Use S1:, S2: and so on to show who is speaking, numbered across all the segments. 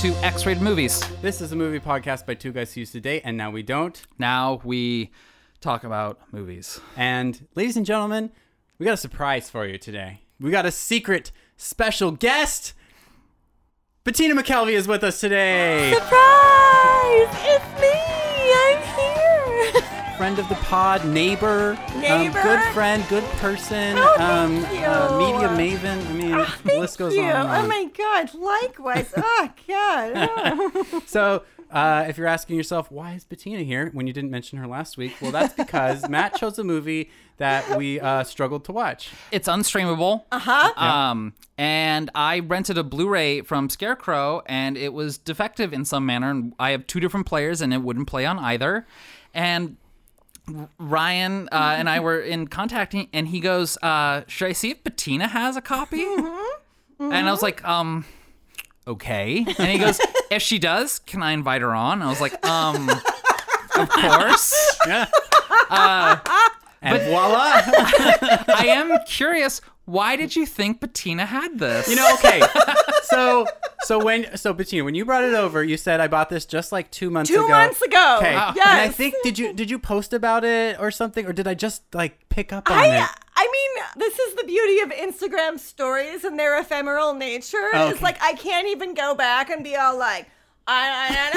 S1: to X Rated Movies.
S2: This is a movie podcast by two guys who used to date and now we don't.
S1: Now we talk about movies.
S2: And ladies and gentlemen, we got a surprise for you today. We got a secret special guest. Bettina McKelvey is with us today.
S3: Surprise! It's me! I'm here!
S2: friend of the pod, neighbor, um,
S3: Neighbor.
S2: good friend, good person,
S3: Oh, thank
S2: um, uh,
S3: you.
S2: media maven. I mean,
S3: Ah,
S2: the list
S3: thank
S2: goes
S3: you.
S2: on. and
S3: Oh
S2: on.
S3: my god, likewise. oh god. Oh.
S2: So, uh, if you're asking yourself, why is Bettina here when you didn't mention her last week? Well, that's because Matt chose a movie that we uh, struggled to watch.
S1: It's unstreamable. Uh huh. Um, and I rented a Blu ray from Scarecrow and it was defective in some manner. And I have two different players and it wouldn't play on either. And Ryan uh, and I were in contact, and he goes, uh, "Should I see if Bettina has a copy?" And I was like, "Um, okay." And he goes, "If she does, can I invite her on?" I was like, "Um, of course."
S2: And voila!
S1: I am curious. Why did you think Bettina had this?
S2: you know, okay. So, so when so Bettina, when you brought it over, you said I bought this just like two months
S3: Two
S2: ago.
S3: months ago.
S2: Okay.
S3: Wow.
S2: And I
S3: Yes.
S2: think did you did you post about it or something, or did I just like pick up on
S3: I
S2: it?
S3: I mean, this is the beauty of Instagram stories and their ephemeral nature.
S2: Okay.
S3: It's like I can't even go back and be all like, I, I don't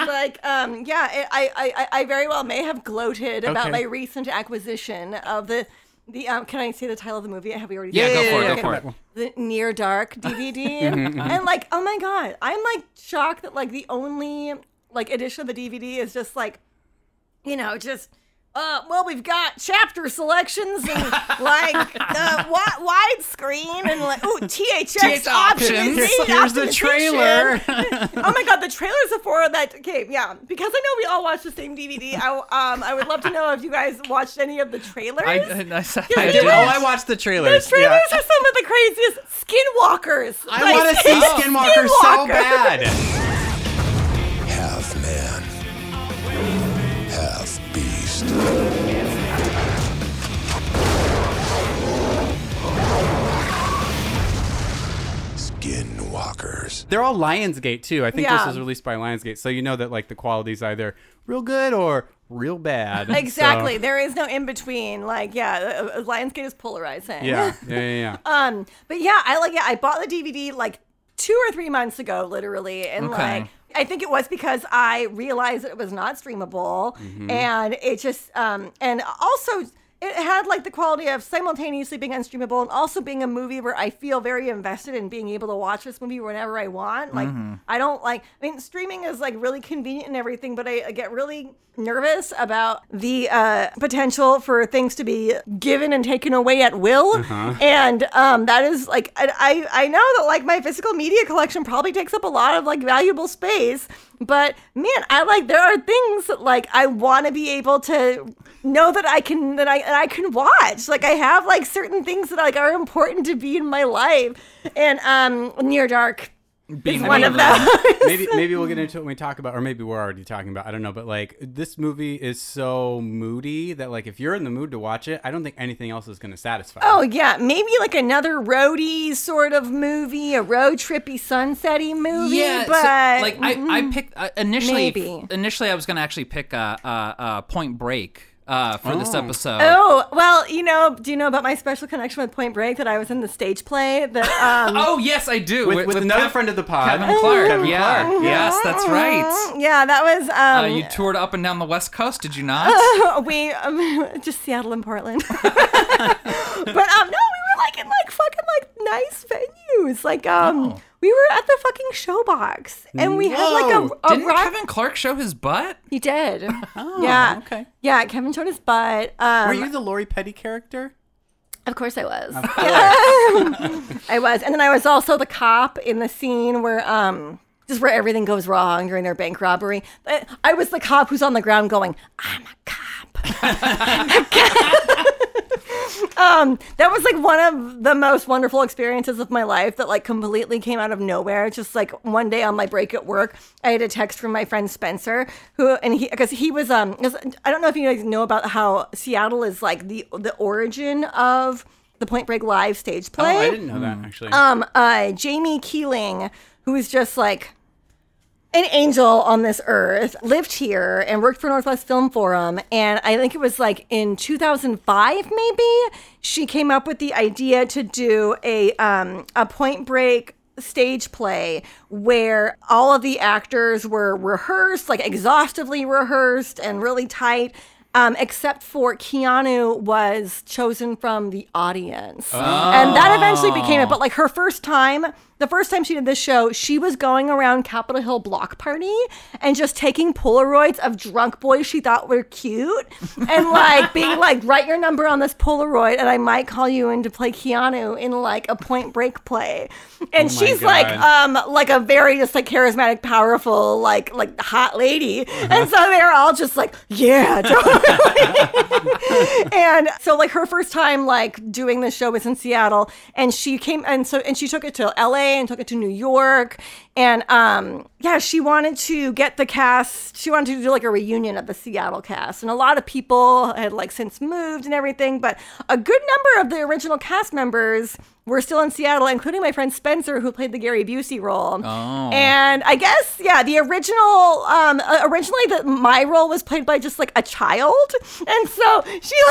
S3: It's like, um, yeah, it, I, I, I- I very well may have gloated
S2: Okay.
S3: about my recent acquisition of the the. Um, can I say the title of the movie? Have we already?
S1: Yeah,
S3: said
S1: go
S3: it?
S1: for it.
S3: Okay.
S1: Go for it. Mm-hmm,
S3: the Near Dark DVD. and like, oh my god, I'm like shocked that like the only like edition of the DVD is just like, you know, just uh, well, we've got chapter selections and like uh, wi- wide screen and like ooh, THX,
S1: THX options.
S3: options.
S2: Here- here's the trailer.
S3: oh my god, the trailers are for that. Okay, yeah, because I know we all watch the same DVD. I um, I would love to know if you guys watched any of the trailers.
S1: I, I, I, said
S3: Yeah,
S1: I
S3: you
S1: did.
S2: Oh,
S3: did.
S2: I watched the trailers.
S3: The trailers
S2: yeah.
S3: are some of the craziest skinwalkers.
S2: I want to see Skinwalker so
S3: Skinwalker.
S2: bad.
S4: half man, half beast. Skinwalkers.
S2: They're all Lionsgate too. I think this
S3: Yeah.
S2: was released by Lionsgate, so you know that like the quality's either real good or real bad. So-
S3: Exactly. There is no in between. Like, yeah, uh, uh, Lionsgate is polarizing.
S2: yeah, yeah, yeah. yeah.
S3: Um, but yeah, I like. Yeah, I bought the DVD like two or three months ago, literally, and
S1: Okay.
S3: like. I think it was because I realized that it was not streamable, and it just um, and also it had like the quality of simultaneously being unstreamable and also being a movie where I feel very invested in being able to watch this movie whenever I want. Like I don't like. I mean, streaming is like really convenient and everything, but I, I get really nervous about the uh, potential for things to be given and taken away at will,
S1: Uh-huh.
S3: and um, that is like I, I I know that like my physical media collection probably takes up a lot of like valuable space, but man, I like there are things that like I want to be able to know that I can that I that I can watch. Like I have like certain things that like are important to be in my life, and um, Near Dark
S1: Being
S3: one of
S1: them.
S3: those.
S2: maybe maybe we'll get into it when we talk about, or maybe we're already talking about. I don't know, but like this movie is so moody that like if you're in the mood to watch it, I don't think anything else is going to satisfy.
S3: Oh yeah, maybe like another roadie sort of movie, a road trippy, sunsetty movie.
S1: Yeah, so,
S3: but
S1: like I, I picked uh, initially.
S3: Maybe.
S1: Initially, I was gonna actually pick a uh, uh, uh, Point Break uh, for this episode.
S3: Oh well, you know, do you know about my special connection with Point Break that I was in the stage play that um,
S1: Oh, yes, I do.
S2: with, with, another
S1: Kev-
S2: friend of the pod,
S1: Kevin Clark.
S2: Kevin
S1: yeah.
S2: Clark.
S1: Yes, that's right.
S3: Mm-hmm. yeah, Uh, that was
S1: Uh,
S3: um,
S1: you toured up and down the West Coast, did you not?
S3: we um, just Seattle and Portland. but um, no, we were like in like fucking like nice venues. Like um,
S1: Oh.
S3: we were at the fucking Showbox, and we had like
S2: Whoa.
S3: a, a
S1: Didn't
S3: rock.
S1: Kevin Oh, Clark show his butt?
S3: he did. yeah.
S2: okay.
S3: Yeah, Kevin showed his butt. Um,
S2: Were you the Lori Petty character?
S3: Of course I was. I was. And then I was also the cop in the scene where um just where everything goes wrong during their bank robbery. I, I was the cop who's on the ground going, I'm a cop. I'm a cop. um, that was like one of the most wonderful experiences of my life that like completely came out of nowhere. Just like one day on my break at work, I had a text from my friend Spencer who, and he, cause he was, um, 'cause I don't know if you guys know about how Seattle is like the, the origin of the Point Break live stage play
S2: Hmm. Oh, I didn't know that actually.
S3: um uh Jamie Keeling, who is just like an angel on this earth, lived here, and worked for Northwest Film Forum. And I think it was like in 2005, maybe she came up with the idea to do a um, a Point Break stage play where all of the actors were rehearsed, like exhaustively rehearsed and really tight. Um, except for Keanu was chosen from the audience,
S2: Oh.
S3: and that eventually became it. But like her first time, the first time she did this show, she was going around Capitol Hill block party and just taking Polaroids of drunk boys she thought were cute, and like being like, write your number on this Polaroid, and I might call you in to play Keanu in like a Point Break play. And
S2: Oh my
S3: she's like,
S2: God.
S3: uh, um, like a very just like charismatic, powerful, like like hot lady,
S2: Uh-huh.
S3: and so they're all just like, yeah, totally. and so like her first time like doing this show was in Seattle, and she came and so and she took it to L.A. and took it to New York, and um yeah, she wanted to get the cast. She wanted to do like a reunion of the Seattle cast, and a lot of people had like since moved and everything, but a good number of the original cast members we're still in Seattle, including my friend Spencer, who played the Gary Busey role. Oh. And I guess, yeah, the original, um, uh, originally the, my role was played by just like a child. And so she,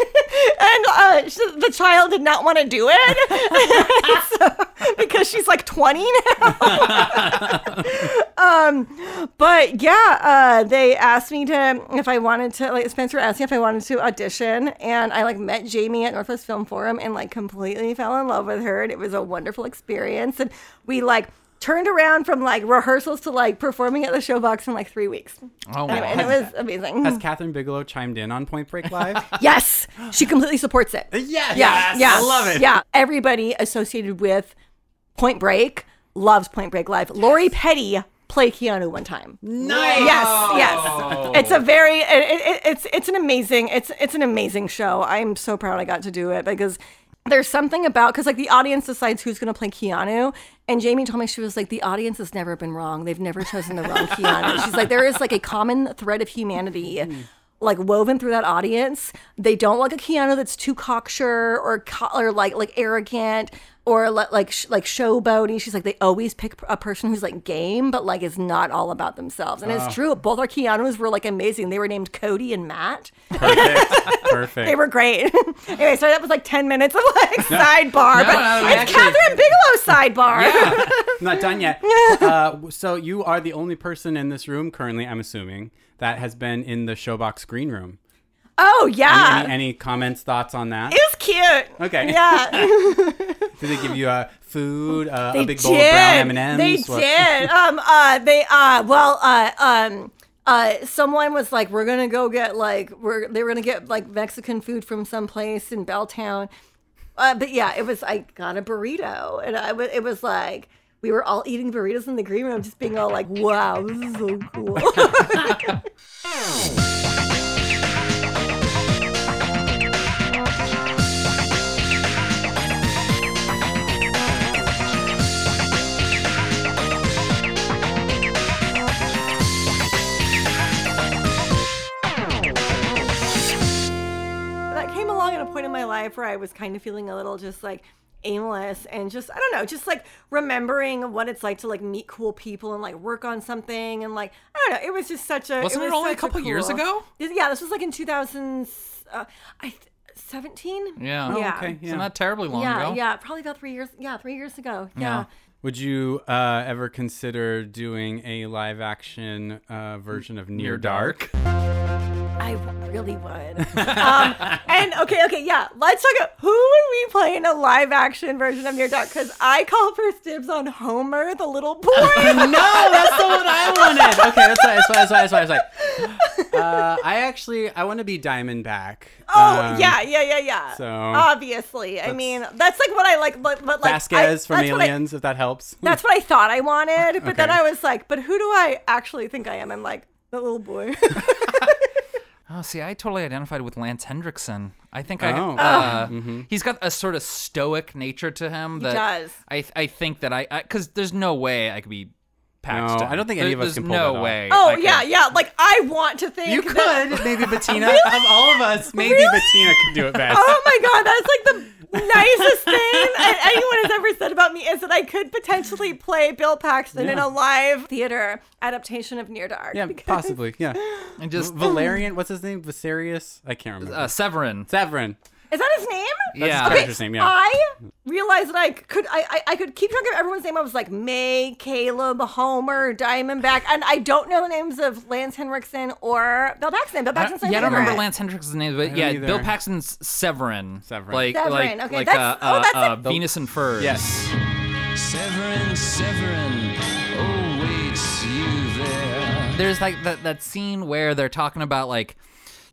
S3: and uh, she, the child did not want to do it So- because she's like 20 now. Um, But yeah, uh, they asked me to if I wanted to. Like Spencer asked me if I wanted to audition, and I like met Jamie at Northwest Film Forum and like completely fell in love with her, and it was a wonderful experience. And we like turned around from like rehearsals to like performing at the Showbox in like three weeks,
S1: Oh,
S3: Anyway,
S1: wow.
S3: and it was amazing.
S2: Has Catherine Bigelow chimed in on Point Break Live?
S3: yes, she completely supports it.
S2: yes.
S3: Yeah, yeah,
S2: I love it.
S3: Yeah, everybody associated with Point Break loves Point Break Live. Lori Petty played Keanu one time.
S2: Nice.
S3: Yes, yes. It's a very it, it, it- it's it's an amazing it's it's an amazing show. I'm so proud I got to do it because there's something about because like the audience decides who's going to play Keanu, and Jamie told me she was like the audience has never been wrong. They've never chosen the wrong Keanu. She's like there is like a common thread of humanity. Like woven through that audience, they don't like a Keanu that's too cocksure or co- or like like arrogant or like like sh- like showboaty. She's like they always pick a person who's like game, but like is not all about themselves. And
S1: Ah.
S3: it's true. Both our Keanu's were like amazing. They were named Cody and Matt.
S2: Perfect. Perfect.
S3: They were great. anyway, so that was like ten minutes of like sidebar, but
S1: no, we
S3: it's
S1: actually-
S3: Catherine Bigelow's sidebar.
S2: I'm not done yet. uh, so you are the only person in this room currently, I'm assuming, that has been in the Showbox green room.
S3: Oh yeah,
S2: Any, any comments, thoughts on that?
S3: it was cute.
S2: Okay.
S3: Yeah.
S2: Did they give you uh, food, uh, a
S3: They
S2: big bowl of brown
S3: did.
S2: M&Ms?
S3: They
S2: What-
S3: did. um. Uh. They. Uh. Well. Uh. Um. Uh, someone was like, "We're gonna go get like we're they were gonna get like Mexican food from someplace in Belltown," uh, but yeah, it was I got a burrito and I w- it was like we were all eating burritos in the green room, just being all like, "Wow, this is so cool." that came along at a point in my life where I was kind of feeling a little just like aimless and just I don't know, just like remembering what it's like to like meet cool people and like work on something and like I don't know, it was just such a
S1: Wasn't it
S3: was
S1: only a
S3: such
S1: couple years
S3: cool-
S1: ago?
S3: This- Yeah, this was like in 2000 uh, I th- 17?
S1: Yeah.
S3: Yeah.
S2: Oh, Okay,
S1: It's
S2: yeah.
S1: not terribly long
S3: Yeah,
S1: ago.
S3: yeah, probably about 3 years. Yeah, 3 years ago.
S1: Yeah.
S3: Yeah.
S2: Would you uh, ever consider doing a live action uh, version of Near Dark?
S3: I really would. um, and okay, okay, yeah. Let's talk. About, who would we play in a live action version of Near Dark? Because I call first dibs on Homer, the little boy.
S2: No, that's not what I wanted. Okay, that's why, that's why, that's why, that's why. That's why. Uh, I actually, I want to be Diamondback.
S3: Oh
S2: Um,
S3: yeah, yeah, yeah, yeah.
S2: so-
S3: obviously, I mean, that's like what I like, but, but like
S2: Vasquez
S3: I,
S2: from
S3: that's what I-
S2: Aliens, if that helps.
S3: that's what I thought I wanted, but then
S2: Okay.
S3: I was like, but who do I actually think I am? I'm like that little boy.
S1: Oh, see, I totally identified with Lance Hendrickson. I think I.
S2: Oh.
S3: Ah.
S1: Uh, He's got a sort of stoic nature to him. That
S3: does.
S1: I, I think that I. Because there's no way I could be Paxton.
S2: No, I don't think any of us
S1: there's
S2: can pull
S1: no
S2: that off.
S1: way.
S3: oh
S1: I could-
S3: yeah, yeah. Like I want to think
S2: You
S3: that-
S2: could, maybe Bettina. Of all of us, maybe Bettina could do it best.
S3: Oh my Oh god, that's like the nicest thing that anyone has ever said about me is that I could potentially play Bill Paxton in
S2: Yeah.
S3: a live theater adaptation of Near Dark.
S2: Yeah,
S3: because-
S2: possibly. Yeah.
S1: And just
S2: Valerian, what's his name? Viserius? I can't remember.
S1: uh, Severin.
S2: Severin.
S3: Is that his name?
S1: yeah.
S2: his character's name, yeah.
S3: I realized that I could I, I, I could keep track of everyone's name. I was like May, Caleb, Homer, Diamondback, and I don't know the names of Lance Henriksen or Bill Paxton. Bill Paxton's my
S1: yeah, I don't remember
S3: favorite.
S1: Lance Hendricks' name, but
S2: don't
S1: yeah,
S2: either.
S1: Bill Paxton's Severin.
S2: Severin.
S1: Like,
S3: Severin,
S1: like,
S3: okay,
S1: like
S3: that's-
S1: uh,
S3: oh, that's
S1: uh,
S3: it.
S1: uh, Venus and Furs.
S2: Yes.
S4: Severin, Severin, awaits you there.
S1: There's like that, that scene where they're talking about like,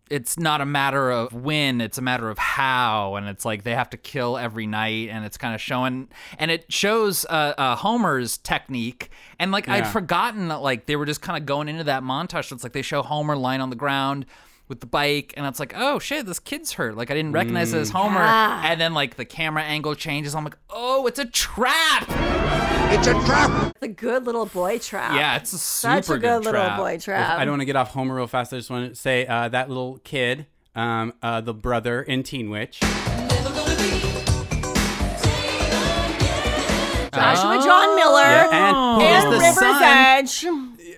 S1: it's not a matter of when, it's a matter of how. And it's like they have to kill every night. And it's kind of showing, and it shows uh, uh, Homer's technique. And like, I'd
S2: Yeah.
S1: forgotten that like they were just kind of going into that montage. It's like they show Homer lying on the ground with the bike. And it's like, oh shit, this kid's hurt. Like, I didn't recognize it as Homer. And then like the camera angle changes. I'm like, oh, it's a trap.
S4: It's a trap!
S3: It's a good little boy trap.
S1: Yeah, it's a super
S3: Such a good, little
S1: trap.
S3: boy trap.
S2: I don't want to get off Homer real fast. I just want to say uh, that little kid, um, uh, the brother in Teen Witch.
S3: Joshua John Miller
S2: Yeah, and he's
S3: Oh. and
S2: the
S3: River's
S2: son.
S3: Edge.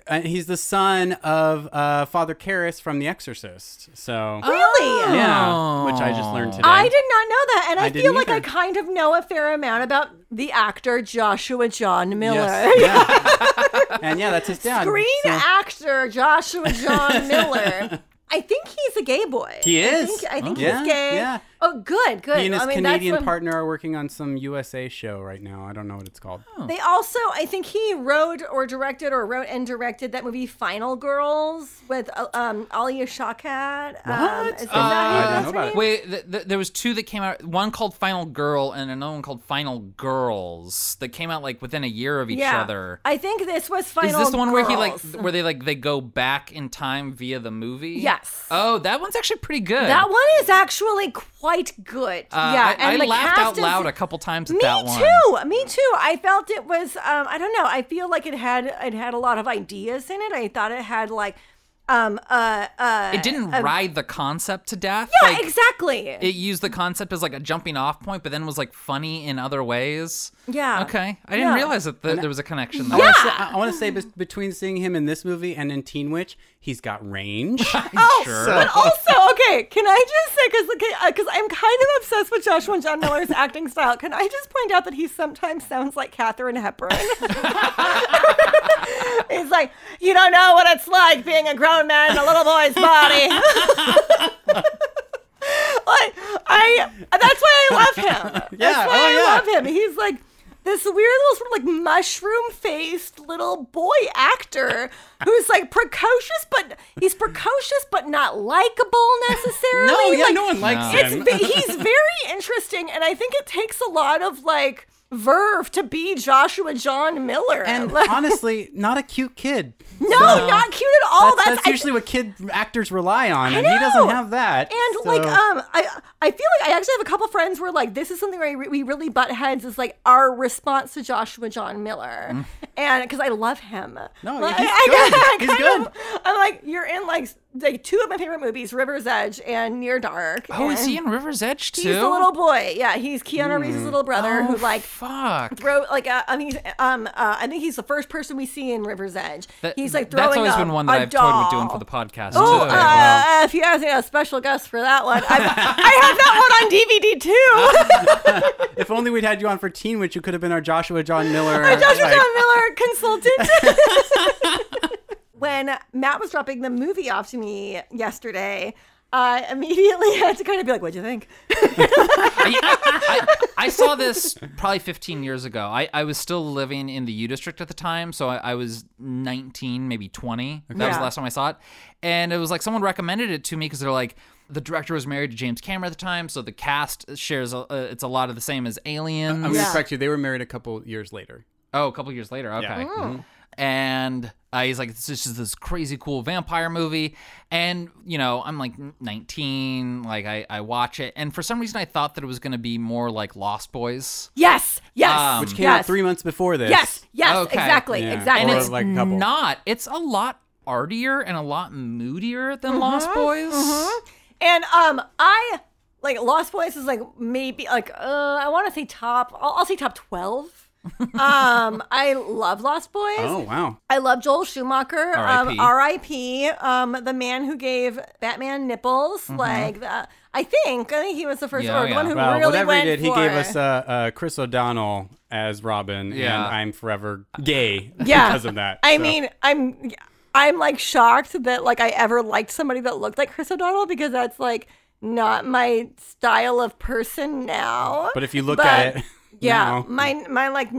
S2: Uh, he's the son of uh, Father Karras from The Exorcist. So
S3: Really?
S2: Oh. yeah, which I just learned today.
S3: I did not know that, and I,
S2: I
S3: feel
S2: didn't
S3: like I
S2: either.
S3: kind of know a fair amount about the actor Joshua John Miller.
S2: Yes, yeah. and yeah, that's his dad.
S3: Green
S2: So-
S3: actor Joshua John Miller. I think he's a gay boy.
S2: He
S3: I
S2: is?
S3: think, I think
S2: Yeah,
S3: he's gay.
S2: yeah.
S3: Oh, good, good.
S2: He and his
S3: I mean, that's
S2: Canadian
S3: what-
S2: partner are working on some USA show right now. I don't know what it's called.
S3: They also, I think he wrote or directed or wrote and directed that movie Final Girls with uh, um, Alia Shawkat. What? Um, is- is that who-
S2: Oh, I didn't know
S3: that's
S2: about
S3: her
S2: it.
S3: name?
S1: Wait, th- th- there was two that came out. One called Final Girl, and another one called Final Girls that came out like within a year of each
S3: yeah.
S1: other.
S3: I think this was Final
S1: Is this the one where he like,
S3: Girls.
S1: where they like they go back in time via the movie?
S3: Yes.
S1: Oh, that one's actually pretty good.
S3: That one is actually quite good.
S1: Uh,
S3: yeah,
S1: I, I
S3: the
S1: laughed
S3: cast
S1: out
S3: is-
S1: loud a couple times at
S3: Me
S1: that one.
S3: too. Me too. I felt it was. Um, I don't know. I feel like it had it had a lot of ideas in it. I thought it had like, um, uh, uh.
S1: It didn't ride the concept to death.
S3: yeah,
S1: like,
S3: exactly.
S1: It used the concept as like a jumping off point, but then was like funny in other ways.
S3: Yeah.
S1: Okay. I didn't
S3: Yeah.
S1: realize that th- there was a connection there.
S3: Yeah.
S2: I want to say be- between seeing him in this movie and in Teen Witch, he's got range.
S3: Oh,
S1: Sure.
S3: but also, okay, can I just say, because because I'm kind of obsessed with Joshua and John Miller's acting style, can I just point out that he sometimes sounds like Katherine Hepburn? He's like, you don't know what it's like being a grown man in a little boy's body. like, I, that's why I love him.
S2: Yeah,
S3: that's why
S2: oh,
S3: I
S2: yeah.
S3: love him. He's like this weird little sort of like mushroom faced little boy actor who's like precocious, but he's precocious but not likable necessarily.
S2: no, yeah,
S3: Like,
S2: no one likes
S1: No.
S3: It's
S2: him.
S3: ve- he's very interesting, and I think it takes a lot of like verve to be Joshua John Miller.
S2: and
S3: Like,
S2: honestly, not a cute kid.
S3: no, not cute at all.
S2: That's,
S3: That's,
S2: that's,
S3: I-
S2: usually what kid actors rely on, and he
S3: know.
S2: doesn't have that.
S3: And
S2: so-
S3: like um, I I feel like I actually have a couple friends where like this is something where we- we really butt heads is like our response to Joshua John Miller,
S1: Mm.
S3: and because I love him.
S2: No,
S3: Like,
S2: he's
S3: I-
S2: good.
S3: I
S2: He's
S3: kind of-
S2: good.
S3: I'm like you're in like s- like two of my favorite movies, River's Edge and Near Dark.
S1: Oh, is
S3: and
S1: he in River's Edge too?
S3: He's the little boy. Yeah, he's Keanu Reeves' little brother who
S1: Oh,
S3: like.
S1: fuck.
S3: Throw, like uh, I mean, he's, um, uh, I think he's the first person we see in River's Edge.
S1: That-
S3: he's like throwing
S1: that's always
S3: a,
S1: been one
S3: a
S1: that I've toyed with
S3: doll.
S1: doing for the podcast
S3: Oh,
S1: too.
S3: uh, if you guys need a special guest for that one, I, I have that one on DVD too.
S2: if only we'd had you on for Teen Witch, you could have been our Joshua John Miller.
S3: Joshua
S2: like-
S3: John Miller consultant. when Matt was dropping the movie off to me yesterday, I immediately had to kind of be like, "What'd you think?"
S1: I, I saw this probably 15 years ago. I, I was still living in the U District at the time, so I, I was 19, maybe 20. That was
S3: Yeah.
S1: the last time I saw it. And it was like someone recommended it to me because they're like, the director was married to James Cameron at the time, so the cast shares, a, uh, it's a lot of the same as Aliens.
S2: I'm gonna
S3: Yeah.
S2: correct you. They were married a couple years later.
S1: Oh, a couple years later. Okay. Mm-hmm.
S2: Yeah. Mm-hmm.
S1: And uh, he's like, this is just this crazy cool vampire movie. And, you know, I'm like 19. Like, I, I watch it. And for some reason, I thought that it was going to be more like Lost Boys.
S3: Yes, yes,
S1: Um,
S2: Which came
S3: yes,
S2: out three months before this.
S3: Yes, yes,
S1: Okay.
S3: exactly,
S2: Yeah.
S3: exactly.
S2: Or
S1: And
S2: was
S1: it's
S2: like a couple.
S1: not. It's a lot
S2: Mm-hmm.
S1: artier and a lot moodier than Lost Boys.
S3: And um, I like Lost Boys is like maybe like uh, I want to say top. I'll, I'll say top twelve. um, I love Lost Boys.
S2: Oh wow.
S3: I love Joel Schumacher,
S1: R.I.P..
S3: um, R.I.P. Um, the man who gave Batman nipples. Like, the, I think I think he was the first
S1: Mm-hmm. Yeah,
S3: or the
S1: yeah.
S3: one who
S2: Well,
S3: really
S2: whatever he
S3: went
S2: did, he
S3: for-
S2: gave us uh, uh, Chris O'Donnell as Robin,
S1: Yeah.
S2: and I'm forever gay
S3: Yeah.
S2: because of that.
S3: I
S2: so.
S3: mean, I'm I'm like shocked that like I ever liked somebody that looked like Chris O'Donnell because that's like not my style of person now.
S2: but if you look
S3: but-
S2: at it,
S3: yeah,
S2: now-
S3: my my like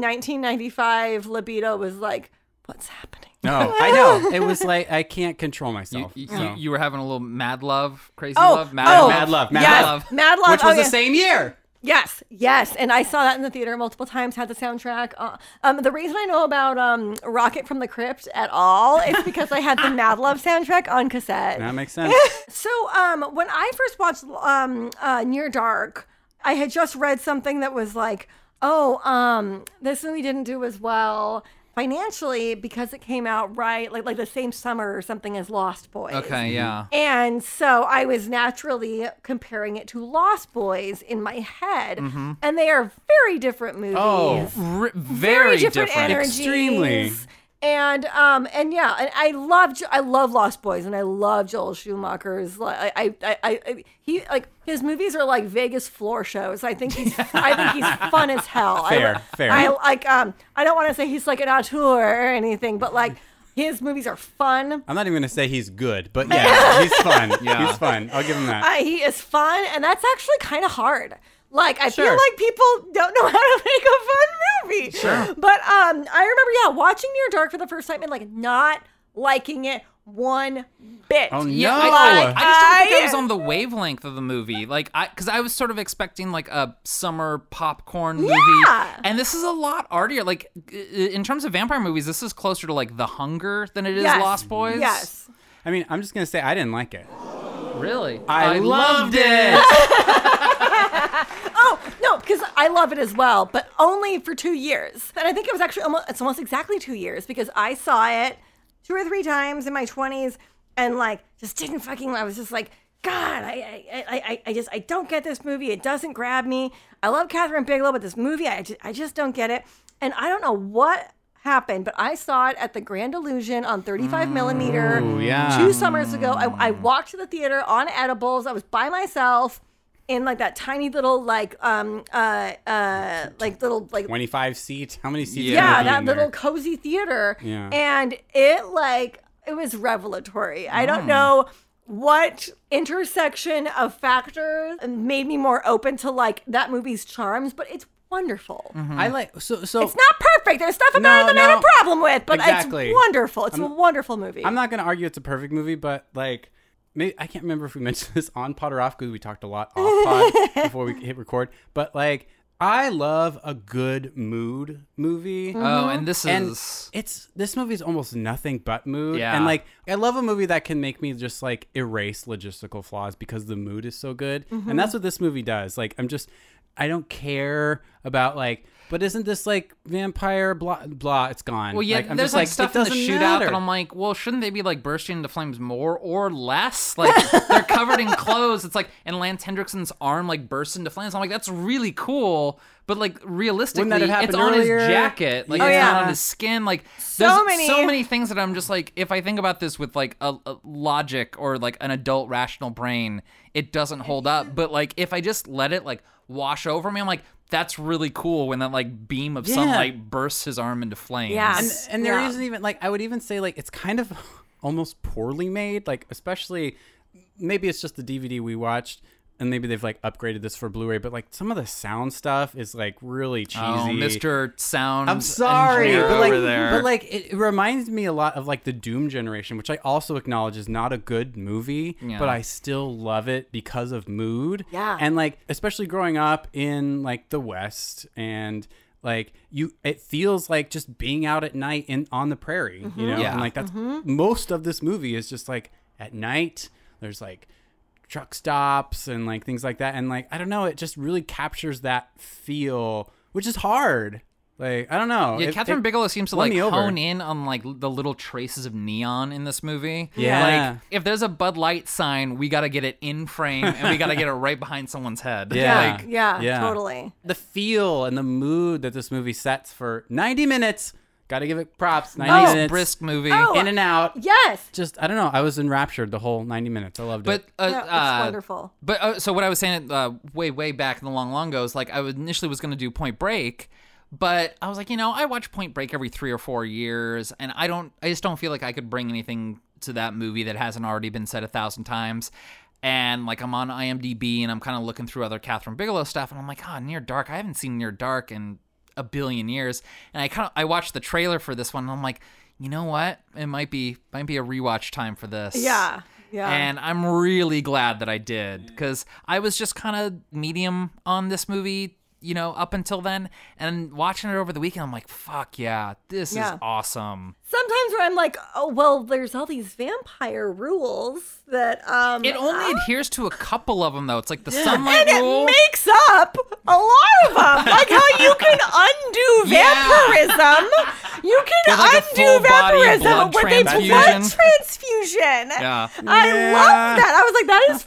S3: 1995 libido was like, what's happening?
S2: no, I know it was like I can't control myself.
S1: You,
S2: so.
S1: you, you were having a little mad love, crazy
S3: Oh,
S1: love, mad
S3: oh,
S1: love,
S2: Mad Love, Mad
S3: yes,
S1: Love.
S3: Mad Love,
S2: which was
S3: oh,
S2: the
S3: yeah.
S2: same year.
S3: Yes, yes, and I saw that in the theater multiple times. Had the soundtrack. Uh, um, the reason I know about um, Rocket from the Crypt at all is because I had the Mad Love soundtrack on cassette.
S2: That makes sense.
S3: So um, when I first watched um, uh, Near Dark, I had just read something that was like, "Oh, um, this movie didn't do as well financially because it came out right like like the same summer or something as Lost Boys."
S1: Okay, yeah.
S3: And so I was naturally comparing it to Lost Boys in my head, and they are very different movies
S2: Mm-hmm. Oh,
S1: R- very,
S3: very different,
S1: different.
S3: energies.
S2: Extremely.
S3: And um and yeah, and I love Jo- I love Lost Boys and I love Joel Schumacher's like I I, I, I he like his movies are like Vegas floor shows. I think he's I think he's fun as hell.
S2: Fair,
S3: I,
S2: fair.
S3: I like um I don't want to say he's like an auteur or anything, but like his movies are fun.
S2: I'm not even gonna say he's good, but yeah, he's fun.
S1: Yeah.
S2: He's fun. I'll give him that.
S3: Uh, he is fun, and that's actually kind of hard. Like I feel
S2: Sure.
S3: like people don't know how to make a fun movie. Sure. But um, I remember yeah watching Near Dark for the first time and like not liking it one bit.
S2: Oh, no.
S1: Yeah, I, I,
S2: Like,
S1: I just don't think I
S3: I-
S1: was on the wavelength of the movie. Like, I because I was sort of expecting like a summer popcorn movie,
S3: Yeah.
S1: and this is a lot artier. Like, i- in terms of vampire movies, this is closer to like The Hunger than it is
S3: Yes.
S1: Lost Boys.
S3: Yes.
S2: I mean, I'm just gonna say I didn't like it.
S1: really.
S2: I, loved it.
S3: Oh no, because I love it as well, but only for two years. And I think it was actually almost it's almost exactly two years because I saw it two or three times in my twenties and like just didn't fucking. I was just like, God, I I, I I- I just I don't get this movie. It doesn't grab me. I love Catherine Bigelow, but this movie I just, I just don't get it. And I don't know what happened, but I saw it at the Grand Illusion on 35 millimeter
S2: yeah.
S3: two summers ago. I, I walked to the theater on edibles. I was by myself in like that tiny little like um uh uh like little like
S2: 25 seats. How many seats?
S1: Yeah,
S2: can there
S3: yeah
S2: be
S3: that
S2: in
S3: little
S2: there?
S3: cozy theater.
S2: Yeah.
S3: And it like it was revelatory. I don't
S2: Ah.
S3: know what intersection of factors made me more open to like that movie's charms, but it's wonderful.
S1: Hmm.
S2: I like so so.
S3: It's not perfect. There's stuff about
S2: Mm-hmm. No,
S3: it that I have
S2: no.
S3: a problem with, but
S2: Exactly.
S3: it's wonderful. It's a wonderful movie.
S2: I'm not gonna argue it's a perfect movie, but like, may I can't remember if we mentioned this on pod or off because we talked a lot off pod before we hit record. But like, I love a good mood movie.
S1: Oh, and this
S2: and
S1: is
S2: it's this movie's almost nothing but mood
S1: Yeah.
S2: and like i love a movie that can make me just like erase logistical flaws because the mood is so good and that's what this movie does like i'm just i don't care about like but isn't this like vampire blah blah it's gone
S1: well, yeah.
S2: i'm
S1: there's
S2: just
S1: like
S2: it
S1: stuff in the
S2: doesn't
S1: shootout
S2: matter.
S1: that I'm like, well, shouldn't they be like bursting into flames more or less? Like they're covered in clothes. It's like and Lance Hendrickson's arm like bursts into flames. I'm like, that's really cool, but like realistically,
S2: Wouldn't that have
S1: it's on
S2: happened
S1: his
S2: earlier? Oh,
S1: jacket. Like it's
S3: yeah.
S1: not on his skin. Like
S3: So
S1: there's
S3: many-
S1: so many things that I'm just like, if I think about this with like a, a logic or like an adult rational brain, it doesn't hold up. But like if I just let it like wash over me, I'm like. That's really cool when that like beam of
S2: Yeah.
S1: sunlight bursts his arm into flames.
S3: Yeah.
S2: and and there
S3: Yeah.
S2: not even like I would even say like it's kind of almost poorly made, like especially maybe it's just the DVD we watched and maybe they've like upgraded this for Blu-ray, but like some of the sound stuff is like really cheesy.
S1: Oh, Mr. Sound.
S2: I'm sorry,
S1: engineer
S2: but like,
S1: over there.
S2: but like, it it reminds me a lot of like the Doom Generation, which I also acknowledge is not a good movie, but I still love it because of mood.
S3: Yeah.
S2: and like, especially growing up in like the West, and like you, it feels like just being out at night in on the prairie, you know,
S1: Yeah.
S2: and like that's most of this movie is just like at night. There's like truck stops and like things like that and like i don't know it just really captures that feel which is hard Like I don't know.
S1: Yeah,
S2: It-
S1: Catherine
S2: it
S1: Bigelow seems to
S2: won
S1: like
S2: me over.
S1: hone in on like l- the little traces of neon in this movie.
S2: Yeah.
S1: Like if there's a Bud Light sign, we got to get it in frame and we got to get it right behind someone's head.
S2: Yeah.
S1: Like,
S3: Yeah,
S2: Yeah.
S3: totally.
S2: the feel and the mood that this movie sets for 90 minutes. Got to give it props. 90
S1: it's a
S2: minutes.
S1: Oh, brisk movie.
S3: Oh,
S2: in and out.
S3: Yes.
S2: Just I don't know. I was enraptured the whole 90 minutes. I loved
S1: But
S2: it.
S1: uh,
S3: No, it's
S1: uh,
S3: wonderful.
S1: But uh, so what I was saying uh, way way back in the long long goes, like I was- initially was going to do Point Break, but I was like, you know, I watch Point Break every three or four years, and I don't, I just don't feel like I could bring anything to that movie that hasn't already been said a thousand times. And like I'm on IMDb and I'm kind of looking through other Catherine Bigelow stuff, and I'm like, ah, Near Dark. I haven't seen Near Dark in a billion years, and I kind of I watched the trailer for this one, and I'm like, you know what? It might be might be a rewatch time for this.
S3: Yeah, yeah.
S1: And I'm really glad that I did because I was just kind of medium on this movie, you know, up until then. And watching it over the weekend, I'm like, fuck yeah, this
S3: Yeah.
S1: is awesome.
S3: Sometimes where I'm like, oh well, there's all these vampire rules that um
S1: It only
S3: I-
S1: adheres to a couple of them, though. It's like the sunlight
S3: and
S1: rule.
S3: it makes up a lot of them, like how you can undo
S1: Yeah.
S3: vampirism. You can
S1: Get, like, a full
S3: undo
S1: body
S3: vampirism
S1: blood
S3: with a blood
S1: transfusion.
S3: transfusion.
S1: Yeah.
S3: I
S2: Yeah.
S3: love that. I was like, that is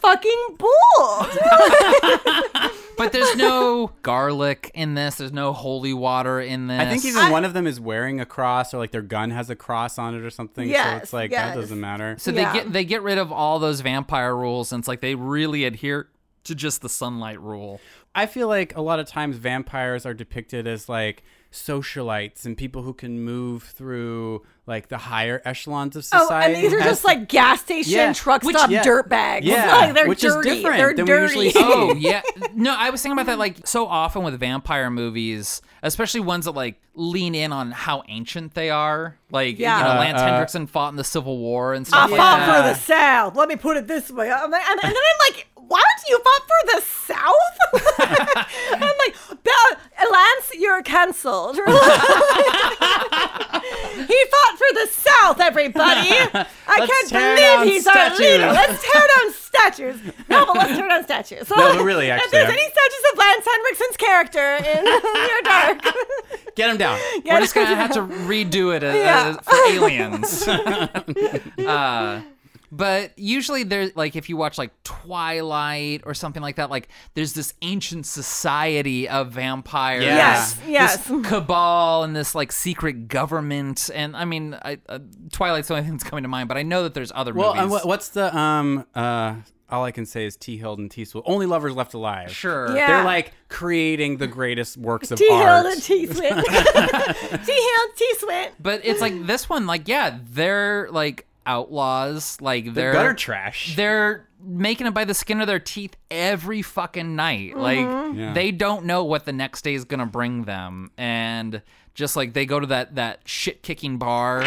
S3: fucking bull.
S1: but there's no garlic in this, there's no holy water in this.
S2: I think even one of them is wearing a cross or like their gun has a cross on it or something. so
S3: Yes,
S2: it's like
S3: yes.
S2: that doesn't matter.
S1: So
S3: Yeah.
S1: they get they get rid of all those vampire rules, and it's like they really adhere to just the sunlight rule.
S2: I feel like a lot of times vampires are depicted as like socialites and people who can move through like the higher echelons of
S3: oh,
S2: society.
S3: and these are
S2: as-
S3: just like gas station,
S2: Yeah,
S3: truck
S2: which-
S3: stop
S2: yeah.
S3: dirt bags.
S2: Yeah,
S3: Like, they're
S2: which is
S3: dirty.
S2: different
S3: they're
S2: than we
S3: dirty.
S2: usually see.
S1: oh yeah no i was thinking about that like so often with vampire movies especially ones that like lean in on how ancient they are like
S3: Yeah.
S1: you know
S3: Uh,
S1: lance
S2: uh,
S1: hendrickson fought in the civil war and
S3: I
S1: stuff like
S3: fought
S1: that
S3: for the South. Let me put it this way. I'm like, and and then I'm like, why don't you fought for the South? I'm like, "Bel- uh, Lance, you're canceled. he fought for the South, everybody. I can't
S2: tear down
S3: believe he's
S2: statues.
S3: our leader. Let's tear down statues. No, but let's tear down statues.
S2: No, but really,
S3: if
S2: actually,
S3: there's
S2: I'm-
S3: any statues of Lance Henriksen's character in Near Dark,
S2: get them down.
S1: we're just gonna have to redo it uh,
S3: Yeah.
S1: uh, for aliens uh, but usually there's like if you watch like twilight or something like that like there's this ancient society of vampires
S2: Yeah.
S3: yes, yes.
S1: this cabal and this like secret government and i mean I, uh, twilight's the only thing that's coming to mind but i know that there's other
S2: Well,
S1: movies
S2: and what, what's the um uh all I can say is T. Hild and T. Swift. Only lovers left alive.
S1: sure
S3: Yeah.
S2: They're like creating the greatest works of
S3: T Hill
S2: art.
S3: and T Swint. T Hill, T Swint.
S1: but it's like this one like yeah they're like outlaws like they're
S2: gutter trash.
S1: they're making it by the skin of their teeth every fucking night
S3: Mm-hmm.
S1: like
S2: Yeah.
S1: they don't know what the next day is gonna bring them and just like they go to that that shit kicking bar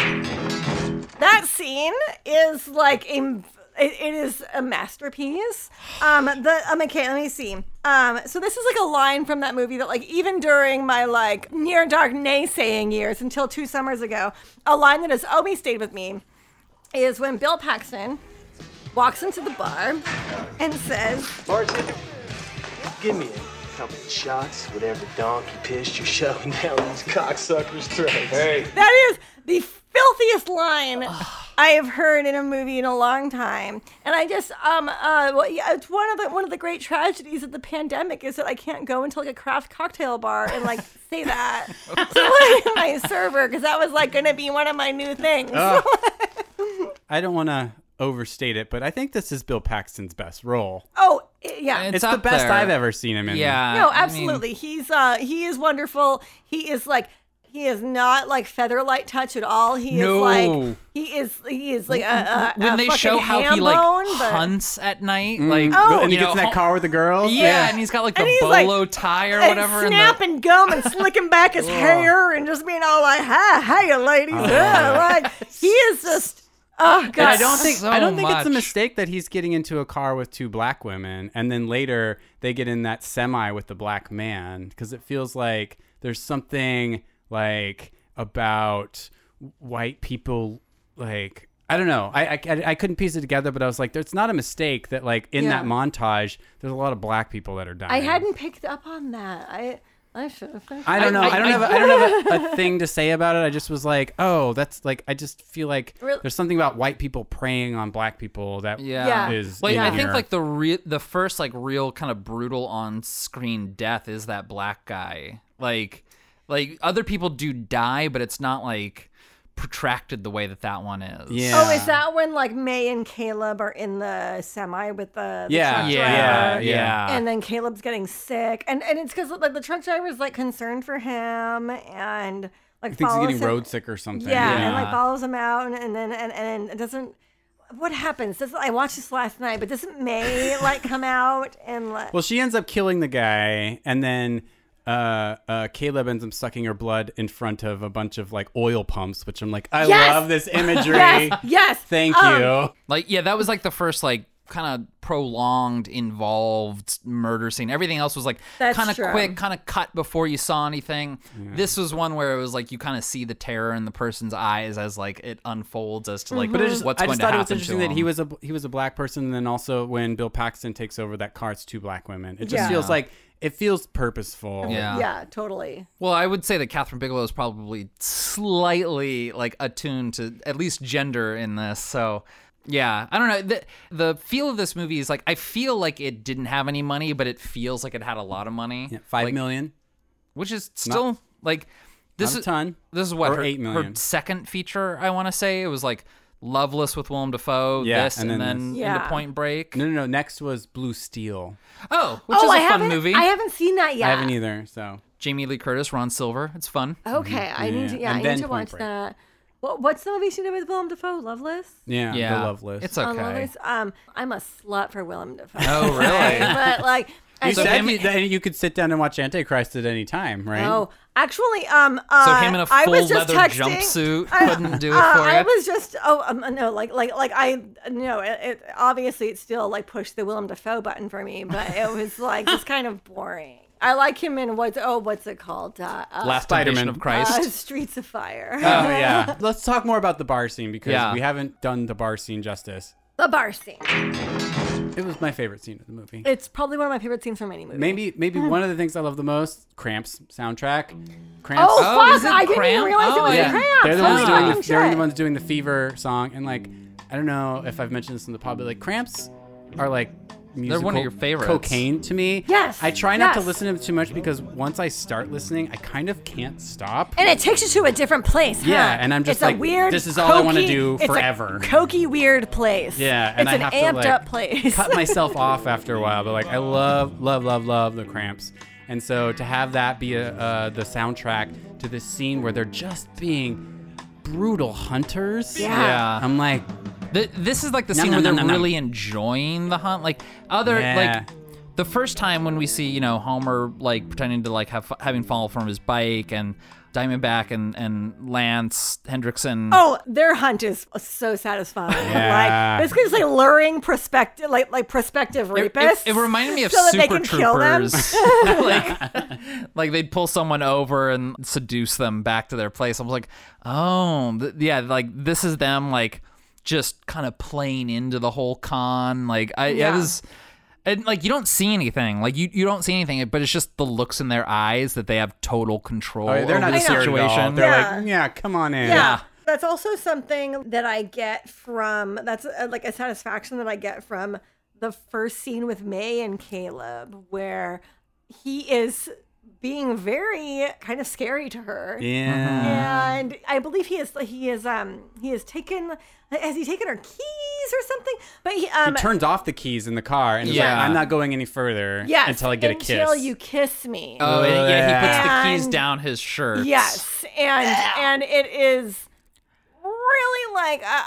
S3: That scene is like a it, it is a masterpiece. Um the um okay, let me see. Um so this is like a line from that movie that like even during my like near dark naysaying years until two summers ago, a line that has always stayed with me is when Bill Paxton walks into the bar and says,
S5: Bartender, give me a couple of shots, whatever donkey piss you're shoving down these cocksuckers' throats. Hey,
S3: That is the filthiest line I have heard in a movie in a long time. And I just um uh well, yeah, it's one of the one of the great tragedies of the pandemic is that I can't go into like a craft cocktail bar and like say that to like, my server because that was like going to be one of my new things.
S2: I don't want to overstate it, but I think this is Bill Paxton's best role.
S3: oh i- yeah.
S1: It's
S2: It's, the
S1: up
S2: best
S1: there.
S2: I've ever seen him in.
S1: yeah
S3: no,
S1: uh, I mean-
S3: absolutely. He's uh he is wonderful. He is like he is not like featherlight touch at all. He
S1: No.
S3: is like he is he is like a, a,
S1: when
S3: a
S1: they
S3: fucking
S1: show how
S3: ham
S1: he like
S3: bone, but-
S1: hunts at night,
S2: Mm.
S1: like
S3: Oh.
S2: and he
S1: you
S2: gets in
S1: know,
S2: that car with the girls.
S1: Yeah, and he's got like the
S3: And he's, like,
S1: bolo tie or
S3: and
S1: whatever. and the-
S3: snapping gum and slicking back his hair and just being all like, "Hi, hey, ladies." yeah, like he is just, oh god.
S2: And I don't think
S1: So
S2: I don't think it's a
S1: much.
S2: mistake that he's getting into a car with two black women, and then later they get in that semi with the black man because it feels like there's something like about white people like. I don't know. I, I, I couldn't piece it together, but I was like, "It's not a mistake that like in
S3: Yeah.
S2: that montage, there's a lot of black people that are dying."
S3: I hadn't picked up on that. I I should have.
S2: I don't know. I,
S1: I-
S2: don't
S1: I-
S2: have. A, I don't have a, a thing to say about it. I just was like, oh, that's like. I just feel like
S3: Real-
S2: there's something about white people preying on black people that
S1: Yeah.
S3: Yeah.
S2: is.
S1: Like
S2: in
S1: I think
S2: here.
S1: like the re- the first like real kind of brutal on screen death is that black guy. Like like other people do die, but it's not like protracted the way that that one is.
S2: Yeah.
S3: Oh, is that when like May and Caleb are in the semi with the, the
S2: Yeah.
S3: truck
S1: Yeah, yeah.
S3: driver? And then Caleb's getting sick, and and it's because like the truck driver's like concerned for him, and like
S2: I think he's
S3: follows
S2: getting
S3: him.
S2: road sick or something.
S3: Yeah, and like follows him out, and, and then and and it doesn't. What happens? Doesn't I watched this last night? But doesn't May like come out and like?
S2: Well, she ends up killing the guy, and then uh, uh, Caleb ends up sucking her blood in front of a bunch of like oil pumps, which I'm like, I
S3: Yes!
S2: love this imagery.
S3: yes, yes.
S2: Thank
S3: Um,
S2: you.
S1: Like yeah, that was like the first like kind of prolonged involved murder scene. Everything else was like
S3: That's
S1: kind of
S3: true.
S1: quick, kind of cut before you saw anything. This was one where it was like you kind of see the terror in the person's eyes as like it unfolds as to like
S3: Mm-hmm.
S2: But I just,
S1: what's
S2: I
S1: going
S2: just
S1: to
S2: thought it
S1: happen
S2: was interesting
S1: to
S2: that he
S1: him.
S2: was a he was a black person, and then also when Bill Paxton takes over that car, it's two black women. It just
S3: Yeah.
S2: feels like it feels purposeful.
S1: Yeah.
S3: Yeah, totally.
S1: Well, I would say that Catherine Bigelow is probably slightly like attuned to at least gender in this. So, yeah, I don't know. The, the feel of this movie is like I feel like it didn't have any money, but it feels like it had a lot of money,
S2: Yeah, five
S1: Like,
S2: million,
S1: which is still like this
S2: not a
S1: is
S2: ton.
S1: this is what
S2: Or
S1: her,
S2: eight
S1: her
S2: million.
S1: second feature. I want to say it was like Loveless with Willem Dafoe,
S2: Yeah,
S1: this,
S2: and
S1: and then,
S2: then
S1: into
S3: this. Yeah.
S1: Point Break.
S2: No, no, no. Next was Blue Steel.
S1: Oh, which is a
S3: I
S1: fun
S3: haven't,
S1: movie.
S3: I haven't seen that yet.
S2: I haven't either. So
S1: Jamie Lee Curtis, Ron Silver. It's fun.
S3: Okay, I need to.
S2: Yeah,
S3: Yeah,
S2: and
S3: I
S2: then
S3: need to
S2: Point
S3: watch
S2: Break.
S3: that. What, what's the movie she did with Willem Dafoe? Loveless.
S2: yeah,
S1: yeah,
S2: the Loveless.
S1: It's
S3: On
S1: okay.
S3: Loveless. Um, I'm a slut for Willem Dafoe.
S1: Oh, really?
S3: but like, I
S2: you
S1: So
S2: said
S1: him-
S2: you- that you could sit down and watch Antichrist at any time, right?
S3: oh, actually, um, uh,
S1: So him in a
S3: I
S1: full
S3: was just
S1: leather
S3: texting,
S1: jumpsuit
S3: I-
S1: couldn't do it
S3: uh,
S1: for
S3: I
S1: you?
S3: was just oh um, no like like like I no it, it obviously it still like pushed the Willem Dafoe button for me but it was like just kind of boring. I like him in what's oh what's it called uh, uh,
S1: Last
S2: Spider-Man.
S1: Temptation of
S3: uh,
S1: Christ.
S3: Streets of Fire
S2: Oh, yeah. Let's talk more about the bar scene because
S1: Yeah.
S2: we haven't done the bar scene justice.
S3: the bar scene.
S2: It was my favorite scene of the movie.
S3: It's probably one of my favorite scenes from any movie.
S2: Maybe maybe one of the things I love the most, Cramps soundtrack. Cramps.
S3: Oh,
S1: Oh, is
S3: fuck!
S1: it
S3: I didn't
S1: Cramp?
S3: even realize
S1: Oh,
S3: it was
S1: yeah.
S3: a Cramps.
S2: They're the
S3: Holy
S2: ones doing the,
S3: fucking
S2: they're the
S3: shit.
S2: ones doing the fever song and like I don't know if I've mentioned this in the pod, but like Cramps are like musical
S1: one of your favorites.
S2: cocaine to me.
S3: Yes,
S2: I try not to
S3: yes.
S2: listen to them too much because once I start listening, I kind of can't stop.
S3: And it takes you to a different place. huh?
S2: Yeah, and I'm just
S3: it's a
S2: like,
S3: weird.
S2: this is all I wanna
S3: cokey-
S2: do
S3: it's a
S2: forever.
S3: Cokey weird place.
S2: Yeah, and
S3: it's
S2: I
S3: an
S2: have to,
S3: amped
S2: like,
S3: up place.
S2: cut myself off after a while, but like I love, love, love, love the cramps. And so to have that be a, uh, the soundtrack to this scene where they're just being brutal hunters.
S3: Yeah.
S1: Yeah.
S2: I'm like,
S1: Th- this is like the
S2: Nom,
S1: scene
S2: nom,
S1: where they're
S2: nom, nom, nom.
S1: really enjoying the hunt. Like other
S2: Yeah.
S1: like the first time when we see you know Homer like pretending to like have having fallen from his bike and Diamondback and and Lance Hendrickson.
S3: Oh, their hunt is so satisfying.
S2: Yeah.
S3: Like it's basically luring prospective, like like prospective
S1: It,
S3: rapists.
S1: it, it reminded me of
S3: so that they
S1: Super
S3: can kill them.
S1: Troopers. like, like they'd pull someone over and seduce them back to their place. I was like, oh, th- yeah, like this is them like just kind of playing into the whole con. Like I it
S3: Yeah.
S1: was. And like you don't see anything, like you, you don't see anything, but it's just the looks in their eyes that they have total control.
S2: oh, they're
S1: over
S2: not
S1: the
S2: scared at all.
S1: situation.
S2: They're
S3: Yeah.
S2: like, yeah, come on in.
S3: Yeah. That's also something that I get from that's uh, like a satisfaction that I get from the first scene with May and Caleb where he is being very kind of scary to her.
S2: Yeah.
S3: And I believe he is he is um he has taken has he taken her keys or something? But he um
S2: He turns off the keys in the car and is like,
S1: Yeah.
S2: I'm not going any further
S3: yes,
S2: until I get a kiss.
S3: Until you kiss me.
S1: Oh, and, yeah, he puts the keys
S3: And-
S1: down his shirt.
S3: Yes, and and it is really like I,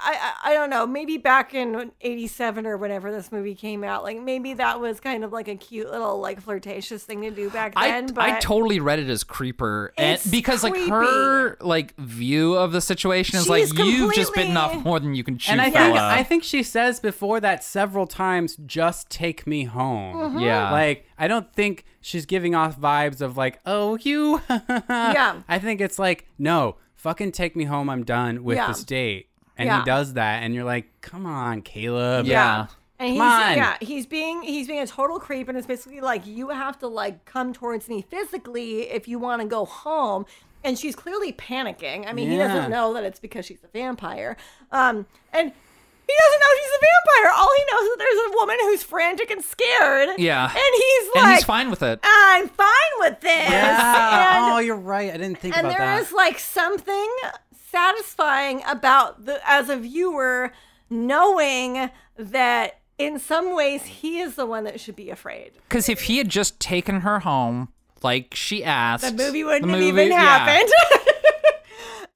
S3: I I don't know maybe back in '87 or whenever this movie came out, like maybe that was kind of like a cute little like flirtatious thing to do back
S1: I,
S3: then. but
S1: I totally read it as creeper and
S3: It's
S1: because like
S3: creepy.
S1: her like view of the situation is like
S3: She's
S1: you've just bitten off
S3: completely-
S1: more than you can chew
S2: and I
S1: fella.
S2: think I think she says before that several times, just take me home.
S3: Mm-hmm.
S1: yeah
S2: Like, I don't think she's giving off vibes of like, oh, you. yeah. I think it's like, no, fucking take me home. I'm done with
S3: Yeah.
S2: this date. And
S3: Yeah.
S2: he does that, and you're like, come on, Caleb.
S1: yeah
S3: And he's
S2: Come on.
S3: yeah, he's being he's being a total creep, and it's basically like you have to like come towards me physically if you want to go home. And she's clearly panicking. I mean, he
S2: Yeah.
S3: doesn't know that it's because she's a vampire. Um, and he doesn't know she's a vampire. All he knows is that there's a woman who's frantic and scared.
S1: Yeah.
S3: and he's like,
S1: and he's fine with it.
S2: uh,
S3: I'm fine with this. And-
S2: oh, you're right. I didn't think
S3: and
S2: about
S3: there is
S2: that.
S3: like something satisfying about the as a viewer knowing that in some ways he is the one that should be afraid.
S1: Because if he had just taken her home, like she asked,
S3: The movie wouldn't
S1: the
S3: have
S1: movie-
S3: even
S1: yeah.
S3: happened.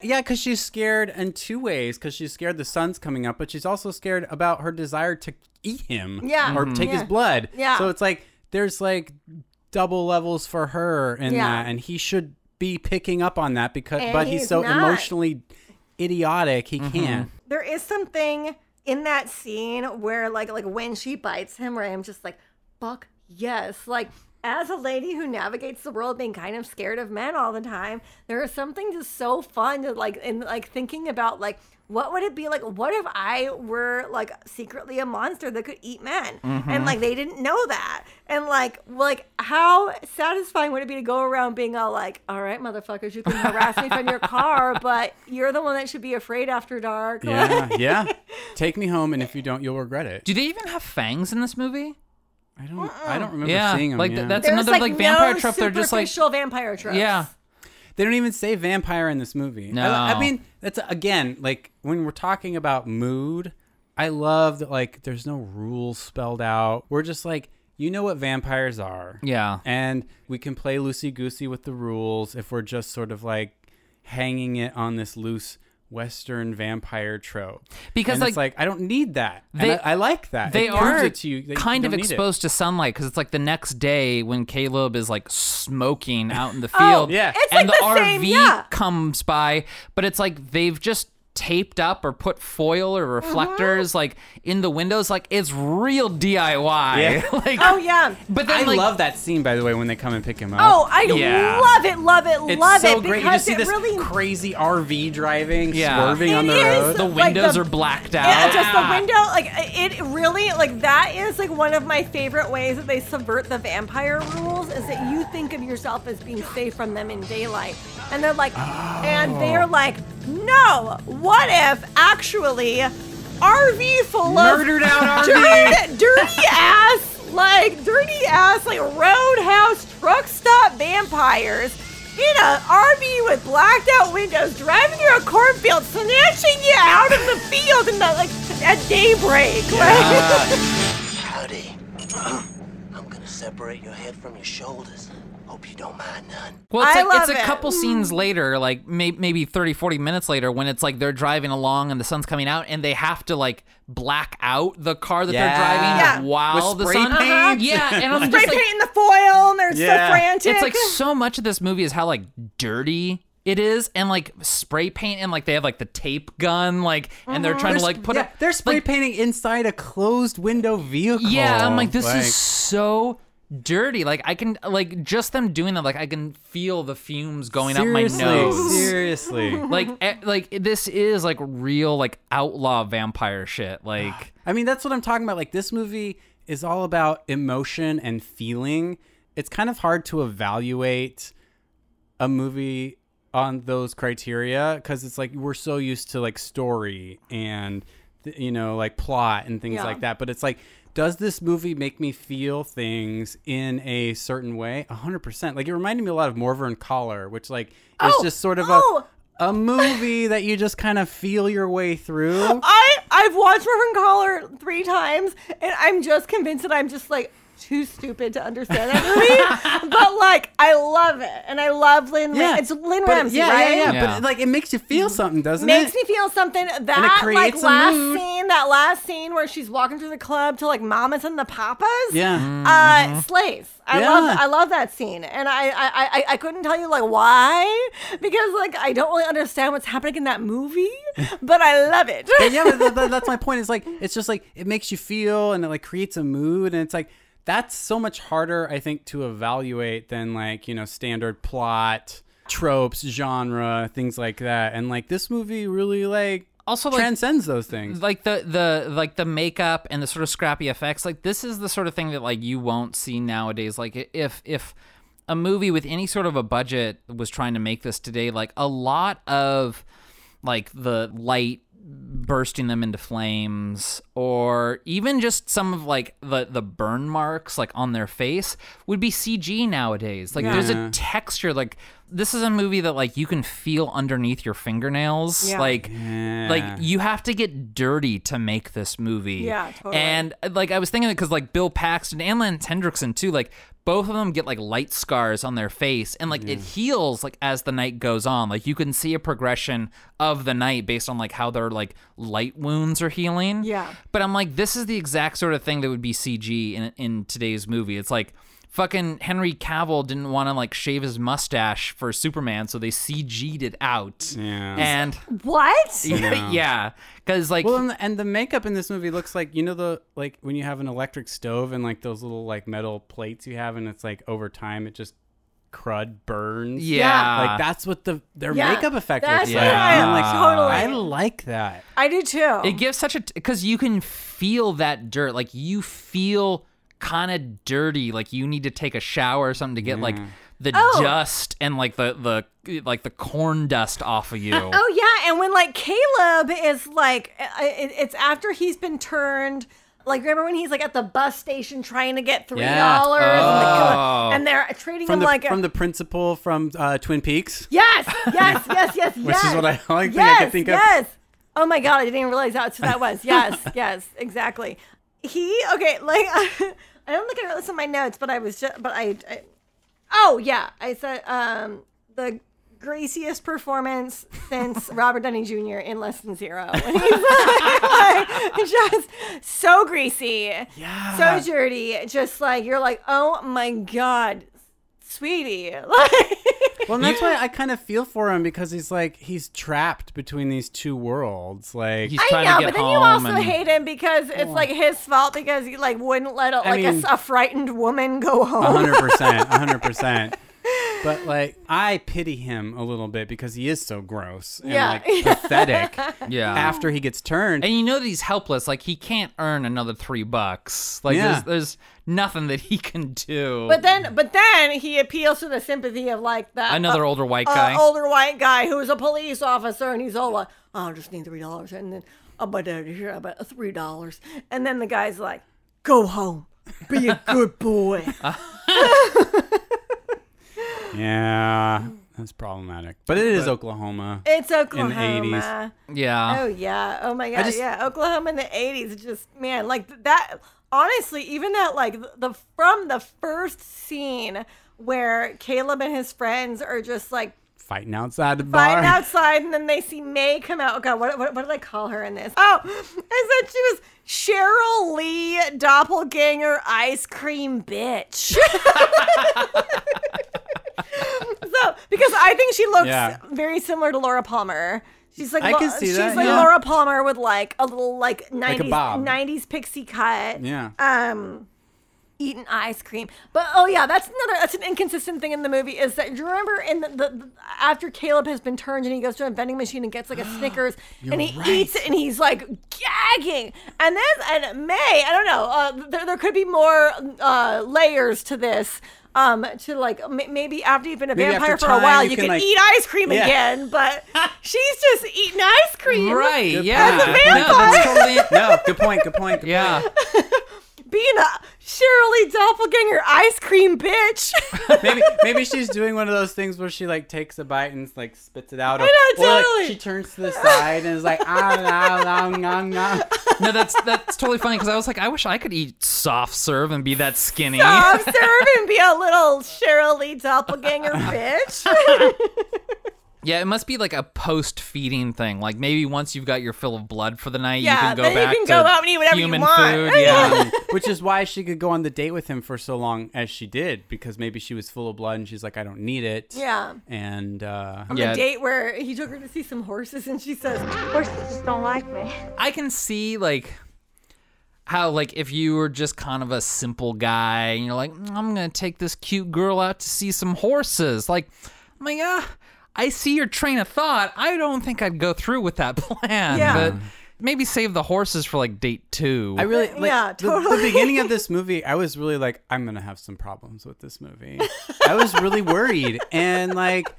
S2: Yeah, because she's scared in two ways. Because she's scared the sun's coming up, but she's also scared about her desire to eat him.
S3: Yeah. Mm-hmm.
S2: Or take his
S3: Yeah.
S2: blood.
S3: Yeah.
S2: So it's like there's like double levels for her in
S3: Yeah.
S2: that, and he should be picking up on that because,
S3: And
S2: but he's,
S3: he's
S2: so
S3: not.
S2: emotionally idiotic
S1: Mm-hmm.
S2: he can't.
S3: there is something in that scene where like like when she bites him where I'm just like, fuck yes. Like as a lady who navigates the world being kind of scared of men all the time, there is something just so fun to like in like thinking about like what would it be like? What if I were like secretly a monster that could eat men, and like they didn't know that, and like like how satisfying would it be to go around being all like, "All right, motherfuckers, you can harass me from your car, but you're the one that should be afraid after dark."
S2: Yeah. Yeah. Take me home, and if you don't, you'll regret it.
S1: Do they even have fangs in this movie?
S2: I don't.
S3: Uh-uh.
S2: I don't remember
S1: Yeah,
S2: seeing him.
S1: like,
S2: yeah.
S1: th- that's- It's another, like, vampire trope. They're just, like-
S3: superficial vampire tropes.
S1: Yeah.
S2: They don't even say vampire in this movie.
S1: No.
S2: I, I mean, that's again like when we're talking about mood. I love that like there's no rules spelled out. We're just like you know what vampires are.
S1: Yeah.
S2: And we can play loosey goosey with the rules if we're just sort of like hanging it on this loose Western vampire trope.
S1: Because,
S2: And it's
S1: like,
S2: like I don't need that. And
S1: they-
S2: I, I like that.
S1: They
S2: It proves
S1: are
S2: it to you that you
S1: kind of
S2: don't need it.
S1: exposed to sunlight because it's like the next day when Caleb is like smoking out in the field.
S2: Oh, yeah. it's
S1: and
S3: like
S1: the,
S3: the
S1: RV
S3: same- yeah.
S1: comes by, but it's like they've just taped up or put foil or
S3: Uh-huh.
S1: reflectors like in the windows. Like it's real DIY.
S2: Yeah.
S1: like,
S3: Oh yeah.
S1: But then
S2: I
S1: like,
S2: love that scene, by the way, when they come and pick him up.
S3: Oh, I
S1: Yeah.
S3: love it, love it,
S2: It's
S3: love
S2: so
S3: it
S2: great. You
S3: because
S2: just see
S3: it
S2: this
S3: really
S2: crazy RV driving,
S1: Yeah.
S2: swerving on
S3: It
S2: the
S3: is
S2: road.
S1: the
S3: like
S1: windows
S3: the-
S1: are blacked out.
S3: Yeah, just the window. Like it really, like that is like one of my favorite ways that they subvert the vampire rules is that you think of yourself as being safe from them in daylight, and they're like, and they're
S1: Oh.
S3: like, no. What if actually, RV full
S2: Murdered
S3: of
S2: out
S3: dirt, dirty ass, like dirty ass, like roadhouse truck stop vampires. In a RV with blacked out windows, driving through a cornfield, snatching you out of the field in the, like at daybreak. Like,
S5: Howdy. Uh, I'm gonna separate your head from your shoulders. Hope you don't mind none.
S1: Well, it's
S3: I
S1: like it's
S3: love
S1: a
S3: it.
S1: couple scenes later, like may- maybe 30, 40 minutes later, when it's like they're driving along and the sun's coming out, and they have to like black out the car that
S2: Yeah.
S1: they're
S3: Yeah.
S1: driving while
S2: With
S1: the
S2: spray
S1: sun.
S2: paint.
S1: Yeah, and I'm
S3: spray
S1: just like,
S3: painting the foil, and they're
S2: Yeah.
S3: so frantic.
S1: it's like so much of this movie is how like dirty it is, and like spray paint, and like they have like the tape gun, like, and
S3: Mm-hmm.
S1: they're trying to like put
S2: yeah,
S1: up.
S2: they're spray
S1: like,
S2: painting inside a closed window vehicle.
S1: Yeah, I'm like, this is so dirty. Like I can like just them doing that, like I can feel the fumes going
S2: seriously,
S1: up my nose.
S2: seriously.
S1: like e- like this is like real like outlaw vampire shit like
S2: I mean, that's what I'm talking about. Like, this movie is all about emotion and feeling. It's kind of hard to evaluate a movie on those criteria because it's like we're so used to like story and th- you know like plot and things
S3: Yeah.
S2: like that but it's like does this movie make me feel things in a certain way 100% like it reminded me a lot of Morvern Collar which like is
S3: Oh,
S2: just sort of
S3: oh.
S2: a a movie that you just kind of feel your way through
S3: I I've watched Reverend Collar three times, and I'm just convinced that I'm just like too stupid to understand that movie. but like, I love it, and I love Lynn.
S2: Yeah,
S3: it's Lynn
S2: But-
S3: Ramsey,
S2: yeah,
S3: right? Mm-hmm.
S2: Yeah, yeah,
S1: Yeah.
S2: But like, it makes you feel something, doesn't
S3: Makes
S2: it?
S3: me feel something. That like
S2: creates a
S3: last
S2: mood.
S3: scene, that last scene where she's walking through the club to like Mamas and the Papas.
S2: yeah. Mm-hmm.
S3: Uh, slaves. I
S2: Yeah.
S3: love I love that scene, and I, I I I couldn't tell you like why because like I don't really understand what's happening in that movie, but I love it.
S2: But yeah, but th- th- that's my point. It's like it's just like it makes you feel, and it like creates a mood, and it's like that's so much harder, I think, to evaluate than like you know standard plot tropes, genre, things like that. And like this movie really like
S1: also like
S2: transcends those things.
S1: like the the like the makeup and the sort of scrappy effects like this is the sort of thing that like you won't see nowadays like i- if if a movie with any sort of a budget was trying to make this today like a lot of like the light bursting them into flames or even just some of like the the burn marks like on their face would be CG nowadays like there's a texture like this is a movie that like you can feel underneath your fingernails
S3: Yeah.
S1: like
S2: Yeah.
S1: like you have to get dirty to make this movie.
S3: Yeah, totally.
S1: And uh, like I was thinking because like Bill Paxton and Lance Hendrickson too, like both of them get like light scars on their face, and like it heals like as the night goes on. Like you can see a progression of the night based on like how their like light wounds are healing.
S3: Yeah.
S1: But I'm like, this is the exact sort of thing that would be CG in in today's movie. It's like. Fucking Henry Cavill didn't want to like shave his mustache for Superman, so they CG'd it out.
S2: Yeah.
S1: And
S3: What?
S1: yeah, because like
S2: Well, and the, and the makeup in this movie looks like you know the like when you have an electric stove and like those little like metal plates you have, and it's like over time it just crud burns.
S1: yeah,
S2: like that's what the their
S3: Yeah.
S2: makeup effect
S3: That's
S2: looks
S3: what
S2: like.
S3: I-
S2: I'm like,
S3: totally.
S2: I like that.
S3: I do too.
S1: It gives such a because you can feel that dirt, like you feel kind of dirty, like you need to take a shower or something to get like the
S3: Oh.
S1: dust and like the the like the corn dust off of you.
S3: Oh yeah, and when like Caleb is like, i- i- it's after he's been turned. Like remember when he's like at the bus station trying to get three
S2: Yeah.
S3: dollars,
S1: Oh.
S3: and they're treating
S2: From
S3: him
S2: the
S3: like
S2: from
S3: a
S2: the principal from uh, Twin Peaks.
S3: yes, yes, yes, yes, yes.
S2: is what I- only thing I
S3: yes,
S2: could think of.
S3: yes. Oh my god, I didn't even realize that's who that was. Yes, yes, exactly. He okay, like I don't think I wrote this in my notes, but I was just, but I, I oh yeah, I said um the graciest performance since Robert Downey Jr. in Less Than Zero. When he's like, like, just so greasy, yeah, so dirty, just like you're like, oh my god, sweetie, like.
S2: Well, and that's why I kind of feel for him because he's like he's trapped between these two worlds. Like
S1: He's
S3: I
S1: trying to
S3: know,
S1: get
S3: but then
S1: home.
S3: you also
S1: and,
S3: hate him because it's like his fault because he like wouldn't let a, like a
S2: mean-
S3: s- a, frightened woman go
S1: Uh-huh.
S2: A
S3: home.
S2: hundred percent, a hundred percent. But like, I pity him a little bit because he is so gross and
S3: Yeah.
S2: like pathetic.
S1: Yeah.
S2: After he gets turned,
S1: and you know that he's helpless. Like he can't earn another three bucks. Like
S2: Yeah.
S1: there's, there's nothing that he can do.
S3: But then, but then he appeals to the sympathy of like that
S1: another
S3: uh,
S1: older white
S3: uh,
S1: guy.
S3: older white guy who is a police officer, and he's all like, "Oh, "I just need three dollars," and then about uh, here about three dollars, and then the guy's like, "Go home, be a good boy."
S2: yeah, that's problematic. But it is Oklahoma.
S3: it's
S2: the 80s.
S3: Oklahoma.
S1: yeah.
S3: Oh yeah. Oh my god.
S2: just-
S3: yeah. Oklahoma in the 80s is just man, like th- that honestly, even that like the, the from the first scene where Caleb and his friends are just like
S2: Fighting outside the bar.
S3: fighting outside and then they see May come out. Oh god, what, what, what did I call her in this? Oh, I said she was Cheryl Lee doppelganger ice cream bitch. so because I think she looks
S2: Yeah.
S3: very similar to Laura Palmer. She's like
S2: I
S3: Lau-
S2: can see
S3: she's
S2: that,
S3: like
S2: yeah.
S3: Laura Palmer with like a little like nineties
S2: bob.
S3: nineties pixie cut.
S2: Yeah.
S3: Um eating ice cream. But oh yeah, that's another that's an inconsistent thing in the movie is that you remember in the, the, the- after Caleb has been turned and he goes to a vending machine and gets like a Snickers and he eats it and he's like gagging. And then and May, I don't know, uh, there, there could be more uh, layers to this. Um, to like m- maybe after you've been a
S2: Maybe
S3: vampire
S2: after
S3: for a while,
S2: time
S3: you,
S2: you
S3: can,
S2: can, like-
S3: eat ice cream
S2: Yeah.
S3: again. But she's just eating ice cream,
S1: Right.
S2: Good
S1: yeah.
S2: point.
S1: No, that's totally-
S2: no, good point. Good point. Good
S1: yeah.
S3: Being a Shirley doppelganger ice cream bitch.
S2: point. Maybe maybe she's doing one of those things where she like takes a bite and like spits it out. Or,
S3: know,
S2: or, like,
S3: totally.
S2: she turns to the side and is like ah nom nom nom nom.
S1: No, that's that's totally funny because I was like, I wish I could eat soft serve and be that skinny.
S3: Bob Serve and be a little Cheryl Lee doppelganger bitch.
S1: Yeah, it must be like a post feeding thing. Like maybe once you've got your fill of blood for the night,
S3: Yeah,
S1: you can go
S3: then you
S1: back
S3: can
S1: to
S3: go out and eat whatever you
S1: human
S3: want.
S1: food.
S3: I
S1: Yeah.
S2: Um, which is why she could go on the date with him for so long as she did because maybe she was full of blood and she's like i don't need it
S3: Yeah.
S2: and uh
S1: Yeah.
S3: The date where he took her to see some horses and she says,
S6: Horses just don't like me.
S1: I can see like how like if you were just kind of a simple guy and you're like, "Mm, I'm gonna take this cute girl out to see some horses. Like, I'm like, ah, I see your train of thought. I don't think I'd go through with that plan.
S3: Yeah.
S1: But maybe save the horses for like date two.
S2: I really like,
S3: Yeah,
S2: the- the,
S3: totally.
S2: beginning of this movie. I was really like, I'm gonna have some problems with this movie. I was really worried, and like,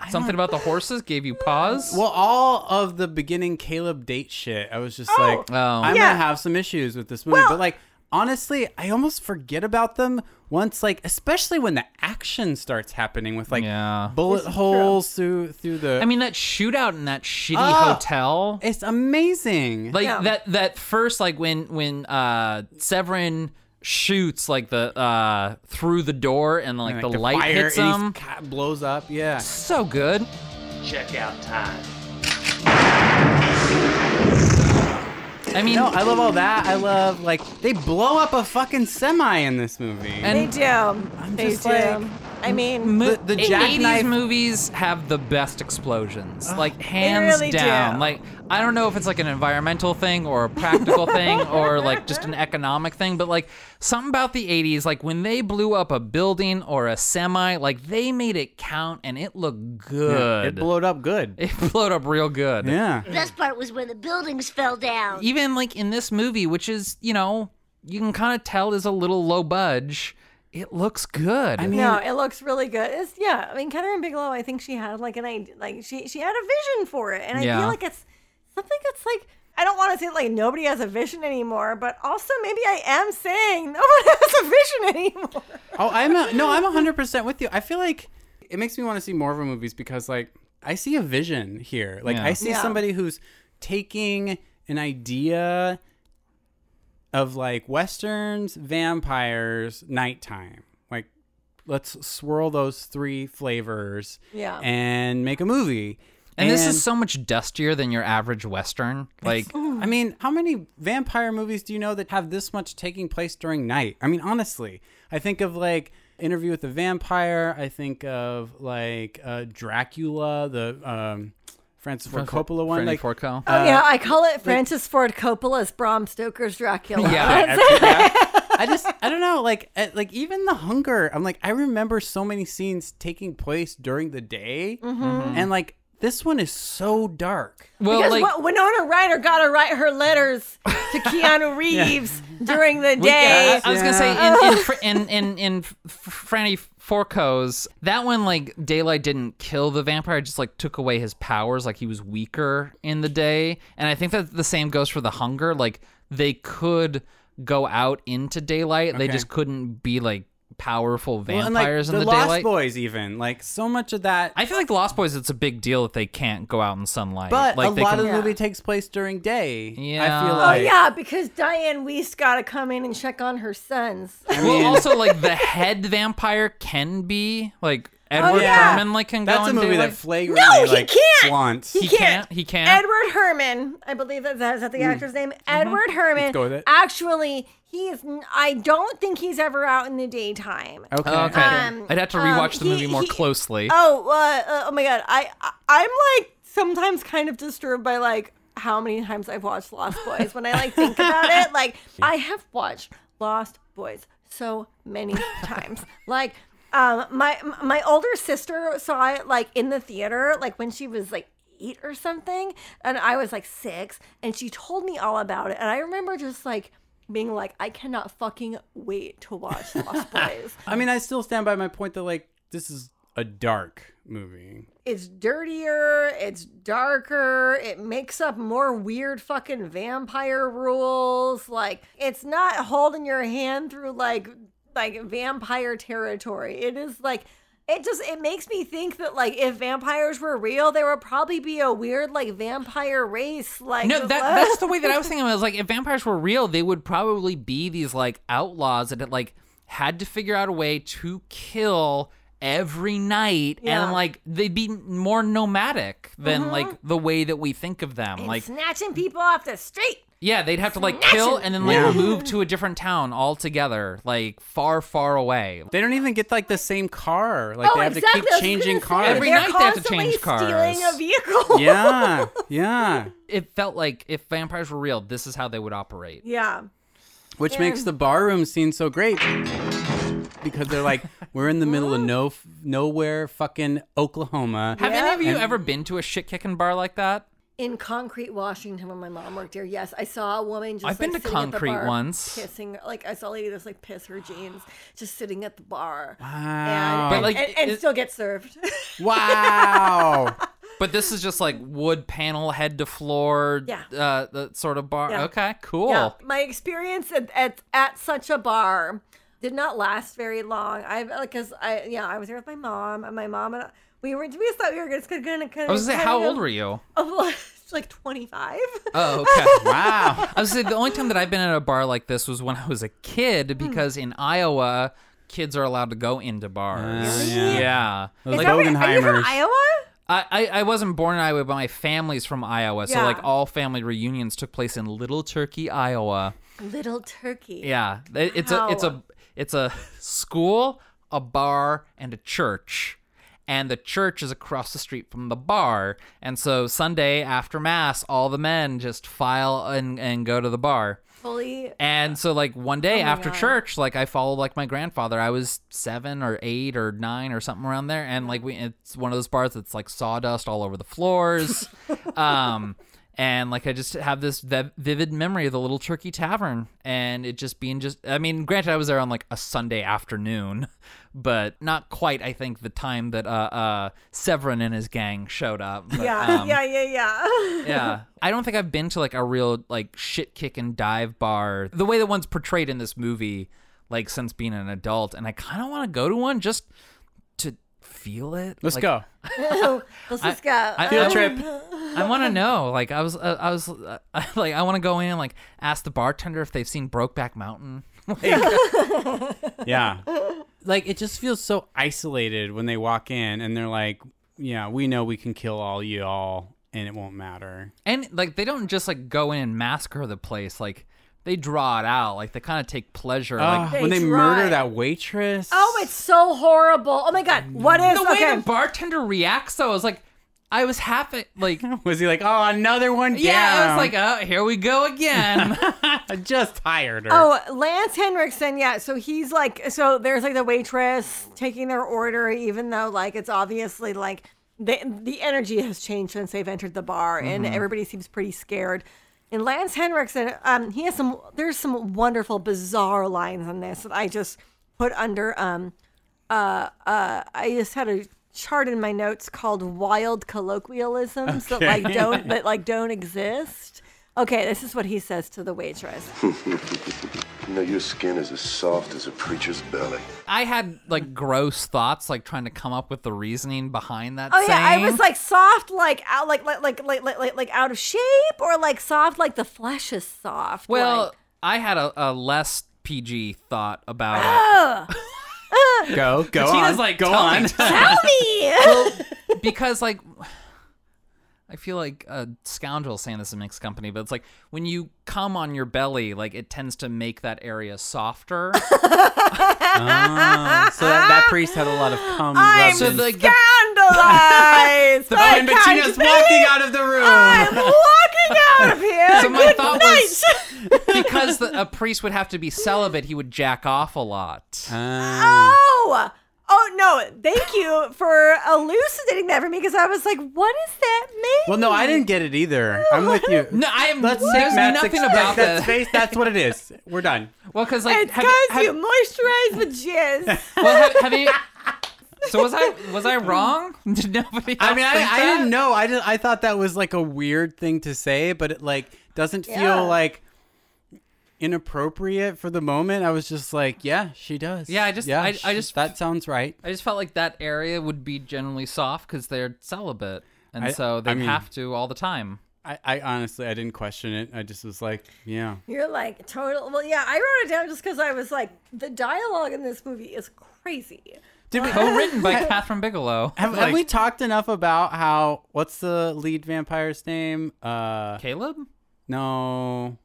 S2: I
S1: Something
S2: don't-
S1: about the horses gave you pause.
S2: well, all of the beginning Caleb date shit. I was just like,
S1: Oh.
S2: I'm
S3: Yeah.
S2: gonna have some issues with this movie.
S3: Well-
S2: but like, honestly, I almost forget about them once, like, especially when the action starts happening with like
S1: Yeah.
S2: bullet holes through through the.
S1: I mean, that shootout in that shitty
S2: Ah!
S1: hotel.
S2: it's amazing.
S1: like
S3: Yeah.
S1: that that first like when when uh Severin shoots like the uh through the door and like,
S2: And,
S1: the, light
S2: fire
S1: hits
S2: and
S1: him
S2: he's ca- blows up. Yeah.
S1: so good
S5: Checkout time.
S1: i mean
S2: No, I love all that. I love like they blow up a fucking semi in this movie.
S1: And-
S3: They do. they
S2: just
S3: do.
S2: like-
S3: I mean,
S1: mo-
S2: the- the
S1: 80s
S2: jackknife-
S1: movies have the best explosions like hands
S3: really do.
S1: down like i don't know if it's like an environmental thing or a practical thing or like just an economic thing but like something about the 80s like when they blew up a building or a semi like they made it count and it looked good
S2: it blowed up good.
S1: it blowed up real good
S2: yeah.
S7: Best part was when the buildings fell down.
S1: even like in this movie, which is you know you can kind of tell is a little low budge. It looks good. I mean,
S3: no, it looks really good. It's yeah. I mean, Catherine Bigelow. I think she had like an idea, like she she had a vision for it, and I
S1: Yeah.
S3: feel like it's something that's like I don't want to say like nobody has a vision anymore, but also maybe I am saying no one has a vision anymore.
S2: Oh, I'm a, no, I'm hundred percent with you. I feel like it makes me want to see more of her movies because like I see a vision here. Like
S1: Yeah.
S2: I see
S3: Yeah.
S2: somebody who's taking an idea of like westerns, vampires, nighttime. Like let's swirl those three flavors.
S3: Yeah.
S2: And make a movie.
S1: and, this is so much dustier than your average western. Like,
S2: I mean, how many vampire movies do you know that have this much taking place during night? I mean, honestly, I think of like Interview with the Vampire. I think of like uh, Dracula, the um, Francis Ford Coppola one.
S1: Franny
S2: Like, uh,
S1: Forco.
S3: oh yeah, I call it Francis Ford Coppola's Bram Stoker's Dracula.
S2: uh,
S1: Yeah.
S2: I just, I don't know. Like, uh, like even The Hunger. I'm like, I remember so many scenes taking place during the day,
S1: Mm-hmm.
S2: and like this one is so dark.
S1: well,
S3: Because
S1: like
S3: what, Winona Ryder got to write her letters to Keanu Reeves during the day.
S1: yeah, I, I was gonna say in in, Fr- in in in F- Franny Forco's that one like daylight didn't kill the vampire, it just like took away his powers, like he was weaker in the day. And I think that the same goes for the hunger. Like they could go out into daylight, they
S2: Okay.
S1: just couldn't be like powerful
S2: Well,
S1: vampires
S2: and, like,
S1: in the,
S2: Lost
S1: daylight.
S2: Boys, even like so much of that.
S1: I feel like the Lost Boys, it's a big deal that they can't go out in sunlight.
S2: but
S1: like
S2: a
S1: they
S2: lot
S1: can-
S2: of the movie takes place during day. I
S1: Yeah.
S2: feel
S1: Oh,
S3: Oh
S2: like
S3: yeah, because Diane Weiss got to come in and check on her sons.
S1: well, also like the head vampire can be like Edward
S3: Oh, yeah.
S1: Herman, like can go
S2: That's a
S1: in
S2: movie
S1: daylight.
S2: that flagrantly
S3: No, he
S2: like
S3: can't!
S2: flaunts.
S1: He can't. He can't. Mm-hmm.
S3: Edward Herman, I believe that that's that the actor's name. Edward Herman.
S2: go with it.
S3: Actually, he is. n- I don't think he's ever out in the daytime.
S2: okay.
S1: Oh, Okay.
S3: Um,
S1: I'd have to
S3: um,
S1: rewatch the
S3: he-
S1: movie more
S3: he-
S1: closely.
S3: Oh, uh, uh, oh my god! I, I I'm like sometimes kind of disturbed by like how many times I've watched Lost Boys when I like think about it. Like I have watched Lost Boys so many times. Like. Um, my my older sister saw it like in the theater, like when she was like eight or something, and I was like six, and she told me all about it, and I remember just like being like, I cannot fucking wait to watch Lost Boys.
S2: I mean, I still stand by my point that like this is a dark movie.
S3: it's dirtier, it's darker, it makes up more weird fucking vampire rules. Like it's not holding your hand through like like vampire territory. It is like it just it makes me think that like if vampires were real, there would probably be a weird like vampire race like
S1: no, that, that's the way that I was thinking. I was like, if vampires were real, they would probably be these like outlaws that had, like had to figure out a way to kill every night,
S3: Yeah. Mm-hmm.
S1: and like they'd be more nomadic than like the way that we think of them.
S3: And
S1: like,
S3: snatching people off the street.
S1: yeah, they'd have to like kill and then like
S2: Yeah.
S1: move to a different town altogether, like far, far away.
S2: They don't even get like the same car. Like
S3: oh,
S2: they have to
S3: exactly. I
S2: keep
S3: was
S2: changing
S3: gonna say,
S2: cars.
S1: Every
S3: they're
S1: night they have to
S3: constantly
S1: change cars.
S3: Stealing a vehicle.
S2: yeah, yeah.
S1: It felt like if vampires were real, this is how they would operate.
S3: yeah.
S2: Which makes the barroom scene so great. because they're like, we're in the middle of no nowhere, fucking Oklahoma.
S1: Have any of you ever been to a shit kicking bar like that?
S3: in concrete Washington when my mom worked here. Yes, I saw a woman just.
S1: I've been
S3: like,
S1: to
S3: sitting at the
S1: Concrete
S3: bar
S1: once.
S3: kissing. Like I saw a lady that's like piss her jeans, just sitting at the bar.
S2: Wow.
S3: and,
S2: But,
S3: and-
S1: like,
S3: and, and
S1: it-
S3: still get served.
S2: Wow.
S1: But this is just like wood panel, head to floor,
S3: Yeah.
S1: uh, the sort of bar.
S3: Yeah.
S1: Okay, cool.
S3: Yeah, my experience at, at at such a bar did not last very long. I because I yeah I was here with my mom and my mom and I- we were we just thought we were just gonna.
S1: I was gonna say, how old were you?
S3: like twenty five.
S1: Oh, okay.
S2: Wow.
S1: I was gonna say the only time that I've been at a bar like this was when I was a
S3: Hmm.
S1: kid because in Iowa, kids are allowed to go into bars.
S2: Oh, yeah.
S1: yeah.
S2: Those
S1: Like,
S2: go-
S3: Are you from
S2: Guggenheimers.
S3: Iowa?
S1: I, I, I wasn't born in Iowa, but my family's from Iowa. So,
S3: Yeah.
S1: like, all family reunions took place in Little Turkey, Iowa.
S3: Little Turkey.
S1: Yeah. It- It's a, it's a, it's a school, a bar, and a church. And the church is across the street from the bar. And so, Sunday after Mass, all the men just file and, and go to the bar.
S3: Fully
S1: And so like one day
S3: Oh
S1: after church, like I followed like my grandfather. I was seven or eight or nine or something around there. And like we it's one of those bars that's like sawdust all over the floors. um and like I just have this vi- vivid memory of the little turkey tavern and it just being just I mean, granted I was there on like a Sunday afternoon, but not quite I think the time that uh uh Severin and his gang showed up. But,
S3: Yeah,
S1: um,
S3: yeah, yeah, yeah.
S1: yeah. I don't think I've been to like a real like shit kick and dive bar the way that one's portrayed in this movie, like since being an adult. And I kind of want to go to one just to feel it.
S2: Let's
S1: Like,
S2: go.
S3: Let's just go. Uh,
S1: I-
S2: Field
S1: I-
S2: trip.
S1: I want to know. Like I was, uh, I was uh, like, I want to go in and like ask the bartender if they've seen Brokeback Mountain.
S2: Yeah. Like it just feels so isolated when they walk in and they're like, yeah, we know we can kill all you all and it won't matter.
S1: And like they don't just like go in and massacre the place. Like they draw it out. Like they kind of take pleasure.
S2: Ah,
S1: like
S2: when they
S3: They
S2: murder
S3: try.
S2: that waitress.
S3: oh, it's so horrible. Oh my god. What is
S1: the way
S3: okay?
S1: the bartender reacts though is like, I was half like.
S2: Was he like, oh, another one
S1: Yeah, I was
S2: down?
S1: like, oh, here we go again.
S2: I just hired her.
S3: Oh, Lance Henriksen, yeah. So he's like, so there's like the waitress taking their order, even though like it's obviously like the the energy has changed since they've entered the bar, and everybody seems pretty scared. And Lance Henriksen, um, he has some. There's some wonderful, bizarre lines in this that I just put under. Um, uh, uh, I just had a chart in my notes called "Wild Colloquialisms" that like don't that like don't exist. Okay, this is what he says to the waitress.
S8: You know, your skin is as soft as a preacher's belly.
S1: I had like gross thoughts, like trying to come up with the reasoning behind that.
S3: Oh yeah, I
S1: saying.
S3: was like soft, like out, like like like like like like, like out of shape, or like soft, like the flesh is soft.
S1: well,
S3: like-
S1: I had a, a less PG thought about
S2: go, go
S1: it. Oh, Tina's
S2: on.
S1: like,
S2: go
S1: "Tell
S2: on.
S1: me, tell
S3: tell me.
S1: me." because like, I feel like a scoundrel saying this in mixed company, but it's like when you come on your belly, like it tends to make that area softer.
S2: Ah, so that, that priest had a lot of cum.
S3: I'm
S2: rubbing.
S1: so like the,
S3: scandalized.
S2: oh,
S3: I
S2: and
S3: can't
S2: Bettina's
S3: believe
S2: walking out of the room.
S3: I'm walking out of here.
S1: so my
S3: Good
S1: thought
S3: night.
S1: was because the, a priest would have to be celibate, he would jack off a lot.
S2: Ah.
S3: Oh. Oh no! Thank you for elucidating that for me because I was like, "What does that mean?"
S2: well, no, I didn't get it either. I'm with you.
S1: No, I am.
S2: Let's take
S1: there's
S2: Matt's
S1: nothing
S2: ex-
S1: about
S2: that's
S1: that.
S2: face- That's what it is. We're done.
S1: Well, because like,
S3: It's
S1: have,
S3: because
S1: you- have-
S3: you moisturize with jizz.
S1: well, have, have you? So was I was I wrong? Did nobody? Else
S2: I mean, I,
S1: think
S2: I
S1: that?
S2: didn't know. I just, I thought that was like a weird thing to say, but it like doesn't feel
S3: Yeah.
S2: like inappropriate for the moment. I was just like, yeah, she does.
S1: Yeah, I just- I- I
S2: she-
S1: just-
S2: that sounds right.
S1: I just felt like that area would be generally soft because they're celibate, and
S2: I-
S1: so they
S2: I mean-
S1: have to all the time.
S2: I, I honestly, I didn't question it. I just was like, yeah.
S3: You're like total. Well, yeah, I wrote it down just because I was like, the dialogue in this movie is crazy.
S2: Did we?
S1: Co-written by Catherine Bigelow.
S2: Have, have we talked enough about how what's the lead vampire's name? Uh,
S1: Caleb?
S2: no,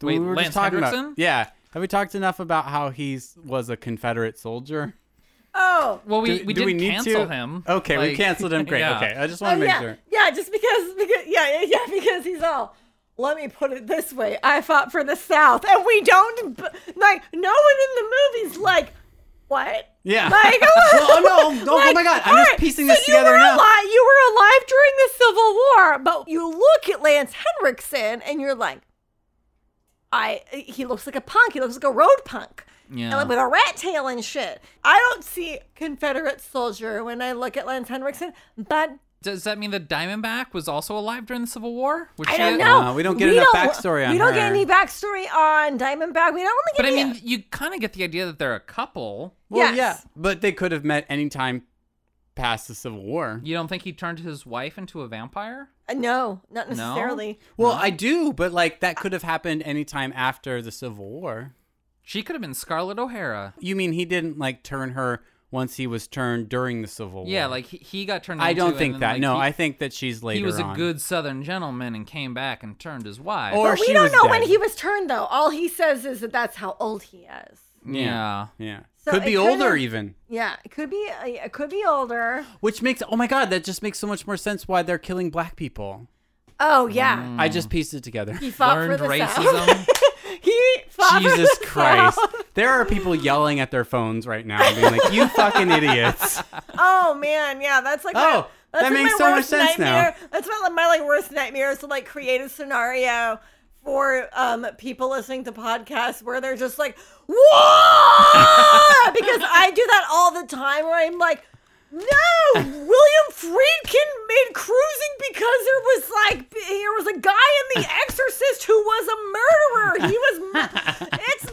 S2: The
S1: Wait,
S2: one we were
S1: Lance
S2: just talking about-
S1: Henriksen?
S2: Yeah, have we talked enough about how he's was a Confederate soldier?
S3: Oh,
S1: Well, we,
S2: Do-
S1: we
S2: do
S1: didn't
S2: need
S1: cancel
S2: to-
S1: him.
S2: Okay, we
S1: Like-
S2: canceled him. Great.
S1: Yeah.
S2: Okay, I just
S3: oh
S2: want to make
S3: yeah,
S2: sure.
S3: yeah, just because, because, yeah, yeah, yeah, because he's all. Let me put it this way: I fought for the South, and we don't b- like no one in the movies like. what?
S2: Yeah.
S3: Like,
S2: Well, oh, no, oh,
S3: like,
S2: oh my God, I'm
S3: all
S2: just
S3: right,
S2: piecing
S3: so
S2: this together
S3: you were
S2: now.
S3: Alive, you were alive during the Civil War, but you look at Lance Henriksen and you're like, I. He looks like a punk. He looks like a road punk.
S1: Yeah.
S3: And like with a rat tail and shit. I don't see Confederate soldier when I look at Lance Henriksen, but
S1: Does that mean that Diamondback was also alive during the Civil War? Which
S3: I don't
S1: is-
S3: know.
S2: Uh, we don't get enough backstory on
S3: We don't
S2: her.
S3: get any backstory on Diamondback. We don't get
S1: But I
S3: any.
S1: mean, you kind of get the idea that they're a couple.
S2: Well,
S3: Yes.
S2: yeah, but they could have met any time past the Civil War.
S1: You don't think he turned his wife into a vampire?
S3: Uh, no, not necessarily.
S2: Well, I do, but like that could have happened any time after the Civil War.
S1: She could have been Scarlett O'Hara.
S2: You mean he didn't like turn her once he was turned during the Civil War?
S1: Yeah, like he, he got turned.
S2: I
S1: into
S2: don't
S1: and
S2: think
S1: then,
S2: that.
S1: like,
S2: no,
S1: he,
S2: I think that she's later.
S1: he was a
S2: on.
S1: good Southern gentleman and came back and turned his wife.
S2: Or
S3: But we
S2: she
S3: don't
S2: was
S3: know
S2: dead.
S3: when he was turned, though. All he says is that that's how old he is.
S1: yeah.
S2: Yeah,
S3: So
S2: could
S3: it
S2: be
S3: kinda-
S2: older even.
S3: Yeah, it could be. uh, It could be older.
S2: Which makes oh my god, that just makes so much more sense why they're killing black people.
S3: Oh yeah,
S2: I just pieced it together.
S3: he fought
S1: Learned
S3: for the
S1: racism.
S3: South. he fought for
S2: Jesus
S3: the
S2: Christ.
S3: South.
S2: There are people yelling at their phones right now, being like, "You fucking idiots!"
S3: Oh man, yeah, that's like. my-
S2: Oh,
S3: that's
S2: that
S3: like
S2: makes
S3: my
S2: so much
S3: worst
S2: sense now.
S3: nightmare. That's my, my like worst nightmare is to like create a scenario for um people listening to podcasts where they're just like, "Whoa!" because I do that all the time where I'm like. No, William Friedkin made cruising because there was like b- there was a guy in The Exorcist who was a murderer. He was. mu- It's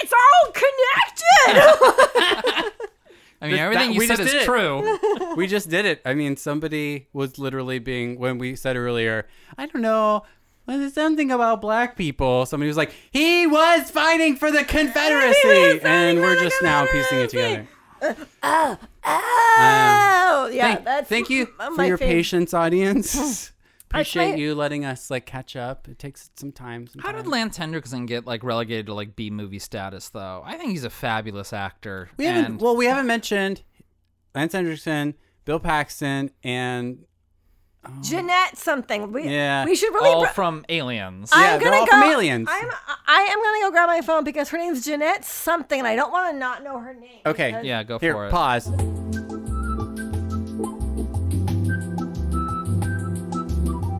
S3: it's all connected.
S1: I mean,
S2: That-
S1: everything
S2: that-
S1: you
S2: we
S1: said is
S2: just did it.
S1: true.
S2: we just did it. I mean, somebody was literally being when we said earlier. I don't know. well, There's something about black people. Somebody was like, "He was fighting for the Confederacy," and we're just now piecing it together. Um,
S3: oh yeah,
S2: thank,
S3: that's
S2: thank you
S3: m-
S2: for
S3: my
S2: your
S3: favorite.
S2: patience, audience. Appreciate
S3: my-
S2: you letting us like catch up. It takes some time.
S1: How did Lance
S2: sometimes.
S1: Hendrickson get like relegated to like B movie status though? I think he's a fabulous actor.
S2: We haven't.
S1: and-
S2: well, we haven't mentioned Lance Hendrickson, Bill Paxton, and
S3: Jeanette something. We,
S2: Yeah.
S3: we should really.
S1: all
S3: br-
S1: from Aliens.
S2: I-
S3: I'm
S2: Yeah, they're
S3: gonna
S2: all
S3: go.
S2: from Aliens.
S3: I'm I am gonna go grab my phone because her name's Jeanette something, and I don't want to not know her name.
S2: okay.
S3: because-
S1: yeah, go
S2: Here,
S1: for it.
S2: pause.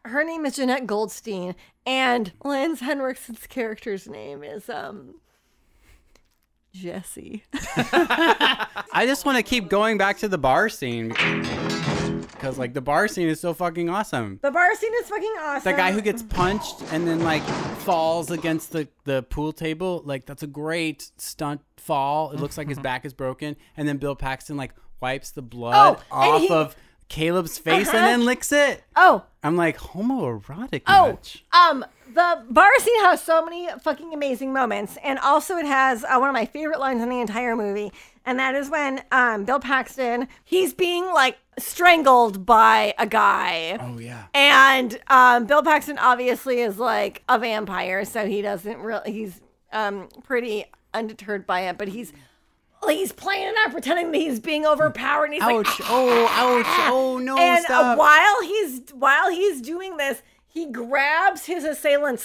S3: Her name is Jeanette Goldstein, and Lance Henriksen's character's name is um. Jesse.
S2: I just want to keep going back to the bar scene because, like, the bar scene is so fucking awesome.
S3: The bar scene is fucking awesome.
S2: The guy who gets punched and then like falls against the the pool table, like that's a great stunt fall. It looks like
S1: Mm-hmm.
S2: his back is broken, and then Bill Paxton like wipes the blood
S3: Oh, and
S2: off
S3: he-
S2: of Caleb's face and
S3: Uh-huh.
S2: then licks it.
S3: Oh,
S2: I'm like homoerotic.
S3: Oh,
S2: much.
S3: um, the bar scene has so many fucking amazing moments, and also it has uh, one of my favorite lines in the entire movie, and that is when um Bill Paxton he's being like strangled by a guy.
S2: Oh yeah.
S3: And um, Bill Paxton obviously is like a vampire, so he doesn't really. He's um, pretty undeterred by it, but he's he's playing it up, pretending that he's being overpowered. And he's like,
S2: Ouch! Oh, ouch! Oh no!
S3: and uh,
S2: stop!
S3: while he's while he's doing this, he grabs his assailant's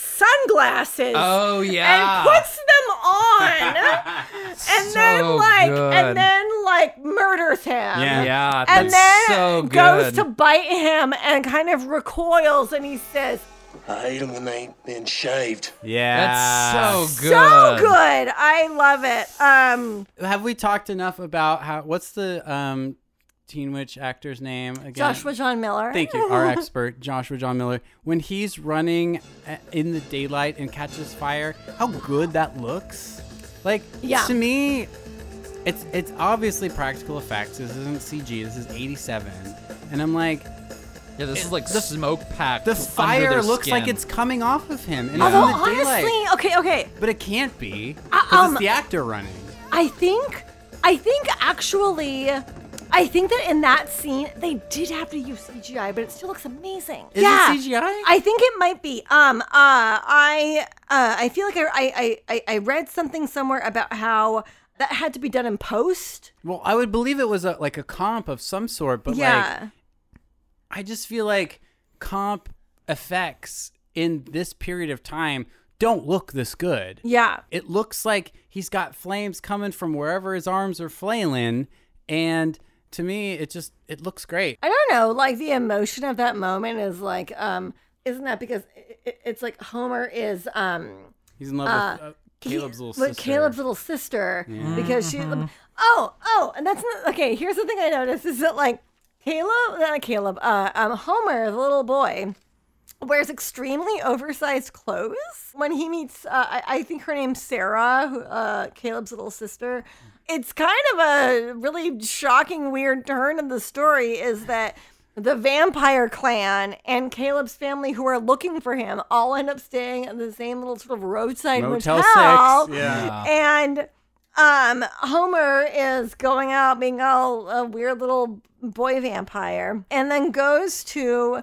S3: sunglasses.
S1: Oh, yeah.
S3: and puts them on, and then
S1: So
S3: like
S1: good.
S3: and then like murders him.
S2: Yeah.
S1: yeah,
S3: And
S1: that's
S3: then
S1: so good.
S3: goes to bite him and kind of recoils, and he says,
S5: I hate them when they ain't been shaved.
S2: yeah.
S1: that's so good.
S3: "So good, I love it." Um,
S2: Have we talked enough about how? What's the um, Teen Witch actor's name again?
S3: Joshua John Miller.
S2: Thank you, our expert, Joshua John Miller. When he's running a- in the daylight and catches fire, how good that looks! Like
S3: Yeah.
S2: to me, it's it's obviously practical effects. This isn't CG. This is '87, and I'm like,
S1: Yeah, this is like smoke packed.
S2: the fire looks like it's coming off of him, and
S3: Although
S2: it's in the daylight.
S3: honestly, okay, okay,
S2: But it can't be 'cause
S3: um,
S2: it's the actor running.
S3: I think, I think actually, I think that in that scene they did have to use CGI, but it still looks amazing.
S2: Is it
S3: yeah,
S2: CGI?
S3: I think it might be. Um, uh, I, uh, I feel like I, I, I, I read something somewhere about how that had to be done in post.
S2: Well, I would believe it was a, like a comp of some sort, but like
S3: yeah,
S2: I just feel like comp effects in this period of time don't look this good.
S3: Yeah.
S2: It looks like he's got flames coming from wherever his arms are flailing, and to me, it just it looks great.
S3: I don't know. Like the emotion of that moment is like, um, isn't that because it, it, it's like Homer is um
S2: He's in love with uh, Caleb's
S3: he-
S2: little
S3: with
S2: sister.
S3: Caleb's little sister because she. Oh, oh, and that's not, okay. Here's the thing I noticed is that like Caleb, not Caleb, uh, um, Homer, the little boy, wears extremely oversized clothes when he meets. Uh, I, I think her name's Sarah, who, uh, Caleb's little sister. It's kind of a really shocking, weird turn in the story is that. The vampire clan and Caleb's family, who are looking for him, all end up staying at the same little sort of roadside
S2: Motel
S3: motel.
S2: Six, yeah.
S3: And um, Homer is going out being all a weird little boy vampire and then goes to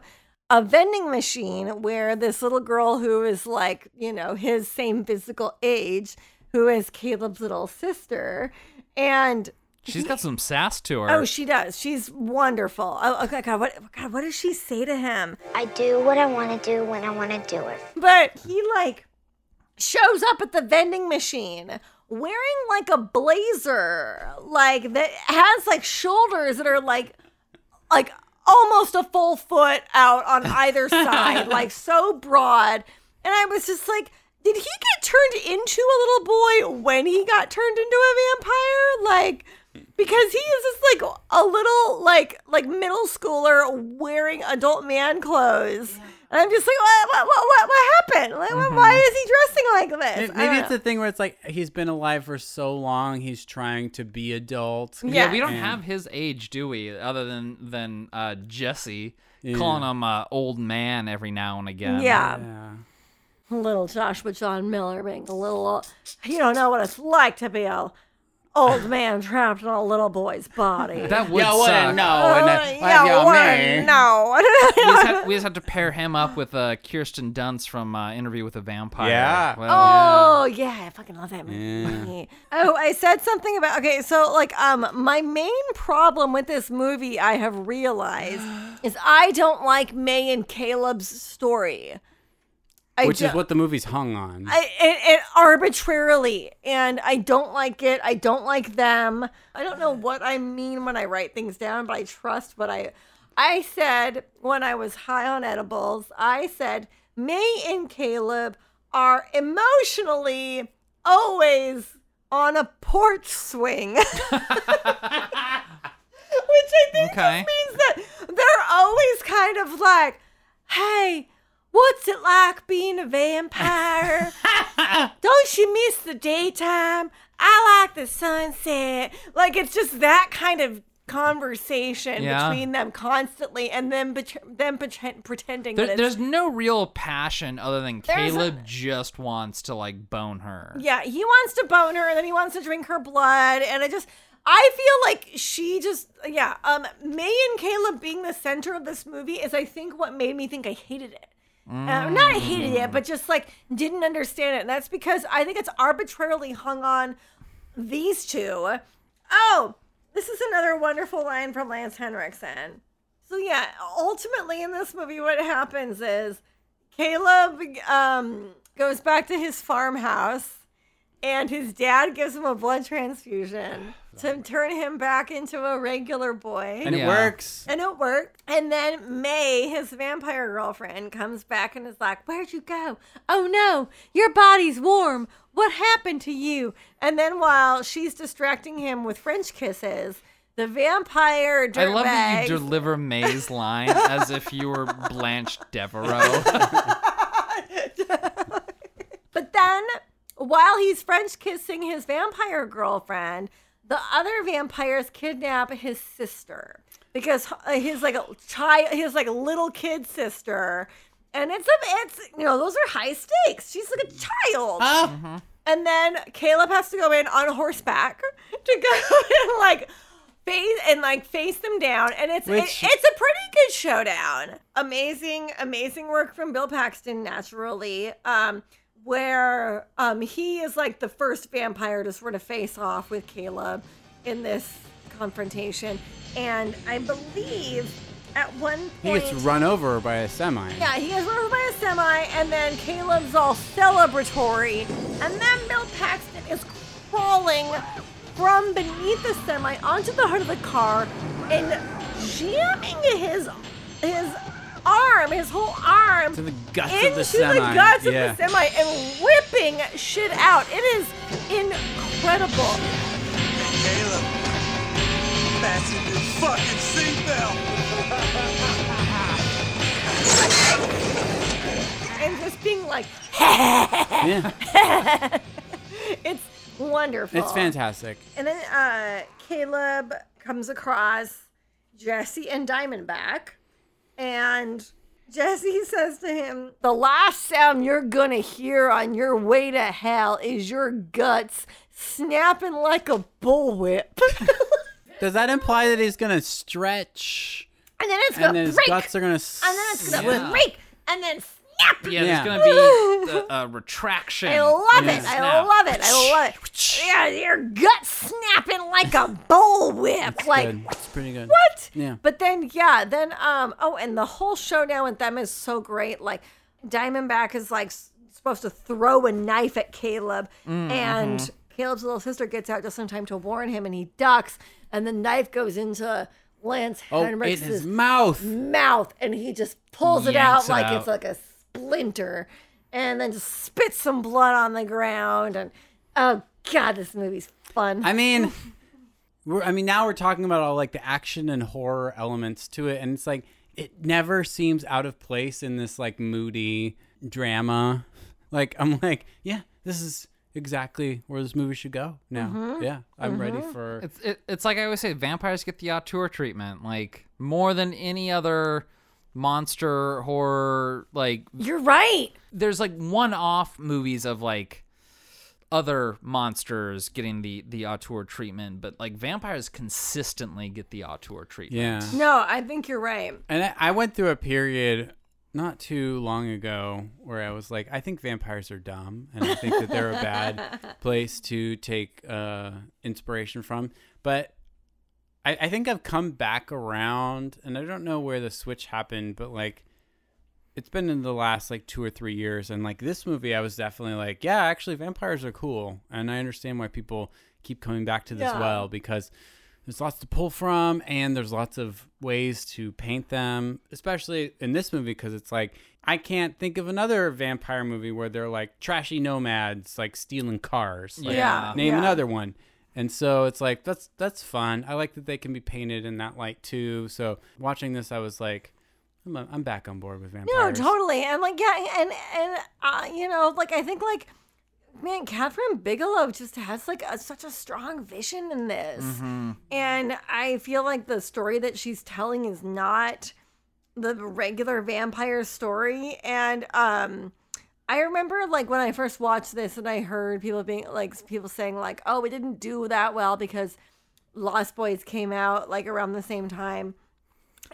S3: a vending machine where this little girl who is like, you know, his same physical age, who is Caleb's little sister. And
S1: She's got some sass to her.
S3: oh, she does. She's wonderful. Oh, okay, God, what, God, what does she say to him?
S7: I do what I want to do when I want to do it.
S3: But he like shows up at the vending machine wearing like a blazer, like that has like shoulders that are like like almost a full foot out on either side, like so broad. And I was just like, did he get turned into a little boy when he got turned into a vampire? Like because he is just like a little like like middle schooler wearing adult man clothes. And I'm just like, what what what, what, what happened? Like, why- Why is uh, he dressing like this?
S2: Mm-hmm. Maybe
S3: I don't
S2: it's a thing where it's like he's been alive for so long, he's trying to be adult.
S3: know.
S1: yeah, we don't
S2: Yeah.
S1: have his age, do we? Other than than uh, Jesse calling him uh, old man every now and again.
S3: Yeah.
S2: Yeah.
S3: little Joshua John Miller being a little. You don't know what it's like to be a old man trapped in a little boy's body.
S1: that would
S2: Yeah,
S1: suck.
S2: what a no, and
S3: Uh,
S2: a- like,
S3: yeah,
S2: yeah,
S3: well,
S2: man.
S3: no.
S1: We just, had, we just had to pair him up with uh, Kirsten Dunst from uh, Interview with a Vampire.
S2: Yeah.
S1: Well,
S3: Oh yeah, I fucking love that movie. Oh, I said something about okay, so like um my main problem with this movie I have realized is I don't like May and Caleb's story. I
S2: Which is
S3: don't-
S2: what the movie's hung on.
S3: I, it, it arbitrarily, and I don't like it. I don't like them. I don't know what I mean when I write things down, but I trust what I. I said when I was high on edibles, I said May and Caleb are emotionally always on a porch swing, which I think
S1: okay.
S3: means that they're always kind of like, hey, what's it like being a vampire? Don't you miss the daytime? I like the sunset. Like it's just that kind of conversation
S1: Yeah.
S3: between them constantly and then bet- them pretend- pretending that
S1: There,
S3: it's
S1: there's no real passion other than
S3: There's a-
S1: Caleb just wants to like bone her.
S3: Yeah, he wants to bone her, and then he wants to drink her blood, and I just. I feel like she just yeah, um May and Caleb being the center of this movie is I think what made me think I hated it. Uh, not I hated it, but just like didn't understand it. And that's because I think it's arbitrarily hung on these two. Oh, this is another wonderful line from Lance Henriksen. So yeah, ultimately in this movie, what happens is Caleb um, goes back to his farmhouse, and his dad gives him a blood transfusion to turn him back into a regular boy.
S2: and
S1: Yeah.
S2: it works.
S3: And it worked. And then May, his vampire girlfriend, comes back and is like, Where'd you go? Oh no, your body's warm. What happened to you? And then while she's distracting him with French kisses, the vampire
S1: I love that
S3: dirtbag-
S1: you deliver May's line as if you were Blanche Devereaux.
S3: But then, while he's French kissing his vampire girlfriend, the other vampires kidnap his sister because uh, his like child, his like little kid sister, and it's a, it's you know those are high stakes. She's like a child. And then Caleb has to go in on horseback to go and like face and like face them down, and it's it-
S2: Which-
S3: it's a pretty good showdown. Amazing, amazing work from Bill Paxton. Naturally, um, where um he is like the first vampire to sort of face off with Caleb in this confrontation, and I believe at one
S2: He
S3: point.
S2: gets run over by a semi.
S3: Yeah, he gets run over by a semi, and then Caleb's all celebratory, and then Bill Paxton is crawling from beneath the semi onto the hood of the car and jamming his his arm, his whole arm,
S2: To the guts of the
S3: into
S2: semi,
S3: guts
S2: yeah.
S3: of the semi, and whipping shit out. It is incredible.
S9: Caleb, fasten your fucking seatbelt.
S3: and just being like,
S2: Yeah.
S3: it's wonderful.
S2: It's fantastic.
S3: And then uh, Caleb comes across Jesse and Diamondback, and Jesse says to him, "The last sound you're gonna hear on your way to hell is your guts snapping like a bullwhip."
S2: Does that imply that he's gonna stretch
S3: And then it's gonna
S2: and then his
S3: break.
S2: guts are gonna
S3: and then it's gonna
S1: Yeah.
S3: break. And then snap.
S1: Yeah,
S2: Yeah.
S1: there's gonna be a, a retraction.
S3: I love
S1: and a
S3: it. I
S1: snap.
S3: love it. I love it. Yeah, your gut snapping like a bullwhip. Like
S2: good. It's pretty good.
S3: what?
S2: Yeah.
S3: But then yeah, then um oh, and the whole showdown with them is so great. Like Diamondback is like s- supposed to throw a knife at Caleb, and Caleb's little sister gets out just in time to warn him, and he ducks, and the knife goes into Lance
S2: Oh, in
S3: Henriksen's
S2: his mouth.
S3: mouth and he just pulls it
S1: Yanks
S3: out
S1: it
S3: like
S1: out.
S3: it's like a splinter and then just spits some blood on the ground and oh god this movie's fun
S2: I mean, we're, I mean, now we're talking about all like the action and horror elements to it, and it's like it never seems out of place in this like moody drama. Like I'm like, yeah, this is exactly where this movie should go now. Yeah, I'm ready for.
S1: It's it, it's like I always say, vampires get the auteur treatment, like more than any other monster horror. Like
S3: you're right
S1: there's like one-off movies of like other monsters getting the the auteur treatment, but like vampires consistently get the auteur treatment.
S2: yeah.
S3: no i think you're right
S2: And I, I went through a period not too long ago where I was like, I think vampires are dumb, and I think that they're a bad place to take uh, inspiration from. But I, I think I've come back around, and I don't know where the switch happened, but like, it's been in the last like two or three years, and like this movie, I was definitely like, yeah, actually, vampires are cool, and I understand why people keep coming back to this
S3: Yeah.
S2: well because there's lots to pull from and there's lots of ways to paint them especially in this movie because it's like i can't think of another vampire movie where they're like trashy nomads like stealing cars Like,
S3: Yeah,
S2: name
S3: yeah.
S2: another one and so it's like that's that's fun i like that they can be painted in that light too so watching this i was like i'm, I'm back on board with
S3: no
S2: vampires
S3: totally and like yeah and and uh, you know like i think like man catherine bigelow just has like a, such a strong vision in this and i feel like the story that she's telling is not the regular vampire story and um I remember like when I first watched this and I heard people being like people saying like oh it didn't do that well because Lost Boys came out like around the same time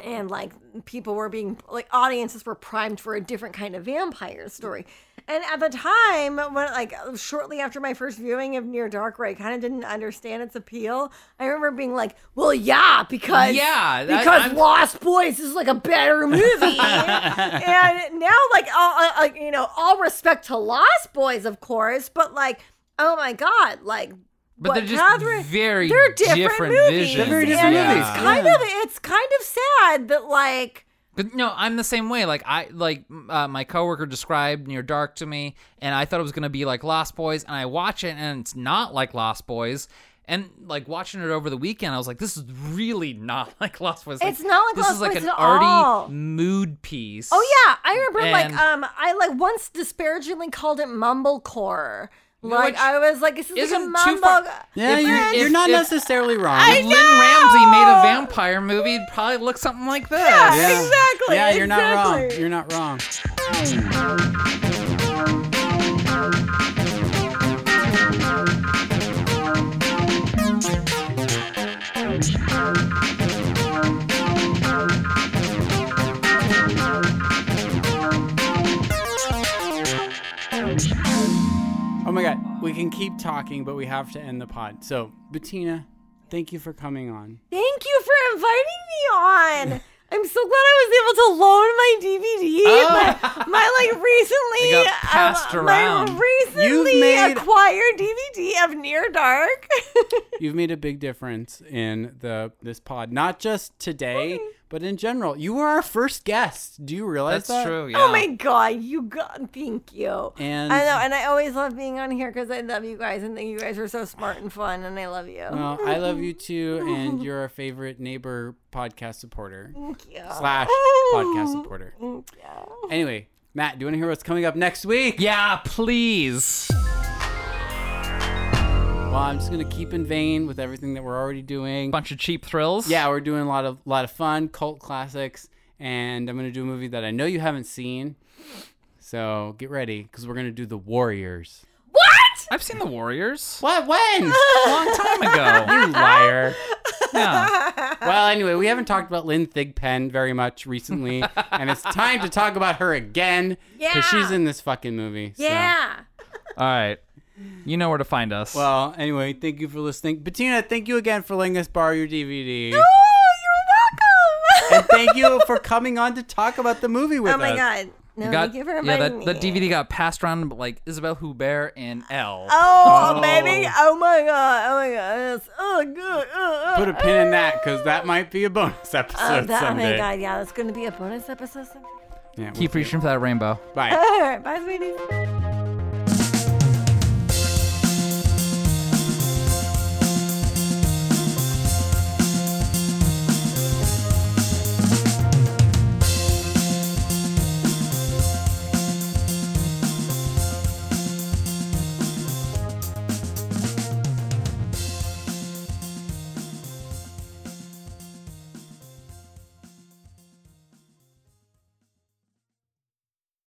S3: and like people were being like audiences were primed for a different kind of vampire story and at the time when like shortly after my first viewing of near dark where i kind of didn't understand its appeal i remember being like well yeah because
S1: Yeah, that-
S3: because
S1: I'm-
S3: lost boys is like a better movie and now like all, uh, uh, you know all respect to lost boys of course but like oh my god like
S1: But
S3: what
S1: they're just
S3: Catherine-
S1: very
S3: they're different,
S1: different
S3: movies,
S1: visions. They're
S2: very different
S3: and
S2: movies,
S3: It's
S2: yeah.
S3: kind
S2: Yeah.
S3: of it's kind of sad that like
S1: But no, I'm the same way. Like I like uh, my coworker described Near Dark to me, and I thought it was gonna be like Lost Boys, and I watch it, and it's not like Lost Boys. And like watching it over the weekend, I was like, "This is really not like Lost Boys."
S3: It's not like
S1: this
S3: Lost
S1: is like
S3: Boys
S1: an
S3: at
S1: arty
S3: all.
S1: mood piece.
S3: Oh yeah, I remember like
S1: And-
S3: um I like once disparagingly called it mumblecore. Like
S1: Which
S3: I was like this is like a
S1: isn't
S3: mumble.
S1: too far-
S2: yeah
S1: If
S2: you're,
S1: you-
S2: you're
S1: if-
S2: not
S1: if-
S2: necessarily wrong
S1: If Lynn Ramsey made a vampire movie, it'd probably look something like this.
S2: yeah.
S3: Exactly,
S2: yeah you're not wrong
S3: exactly.
S2: you're not wrong Oh my god, we can keep talking, but we have to end the pod. So, Bettina, thank you for coming on.
S3: Thank you for inviting me on. I'm so glad I was able to loan my DVD. My, my like recently,
S1: Oh. It got passed
S3: um,
S1: around.
S3: My recently
S2: made-
S3: acquired DVD of Near Dark.
S2: You've made a big difference in the this pod, not just today, but in general. You were our first guest. Do you realize
S1: That's
S2: that?
S1: true. Yeah.
S3: Oh my god, you got thank you.
S2: And-
S3: I know, and I always love being on here because I love you guys and you guys are so smart and fun, and I love you.
S2: Well, Uh, I love you too, and you're our favorite neighbor podcast supporter
S3: Thank you.
S2: slash podcast supporter. Anyway, Matt, do you want to hear what's coming up next week?
S1: Yeah, please.
S2: Well, I'm just gonna keep in vain with everything that we're already doing.
S1: Bunch of cheap thrills.
S2: Yeah, we're doing a lot of lot of fun cult classics, and I'm gonna do a movie that I know you haven't seen. So get ready, because we're gonna do The Warriors.
S3: What?
S1: I've seen The Warriors
S2: What? When?
S1: a long time ago.
S2: you liar.
S1: yeah.
S2: Well, anyway, we haven't talked about Lynn Thigpen very much recently, and it's time to talk about her again.
S3: Yeah.
S2: she's in this fucking movie. so.
S3: Yeah.
S1: All right. You know where to find us.
S2: Well, anyway, thank you for listening. Bettina, thank you again for letting us borrow your DVD.
S3: Oh, you're welcome.
S2: and thank you for coming on to talk about the movie with
S3: oh my
S2: us.
S3: god. No,
S1: got,
S3: thank you for
S1: yeah,
S3: reminding
S1: that,
S3: me.
S1: that DVD got passed around like Isabel Hubert and L.
S3: Oh, baby. Oh my god. Oh my god. It's, oh, good. Oh,
S2: Put a pin in that because that might be a bonus episode
S3: Oh, that, oh
S2: someday.
S3: my god. Yeah, that's going to be a bonus episode. someday.
S2: Yeah, we'll
S1: Keep
S2: see.
S1: reaching for that rainbow.
S2: Bye.
S3: All right. Bye, sweetie.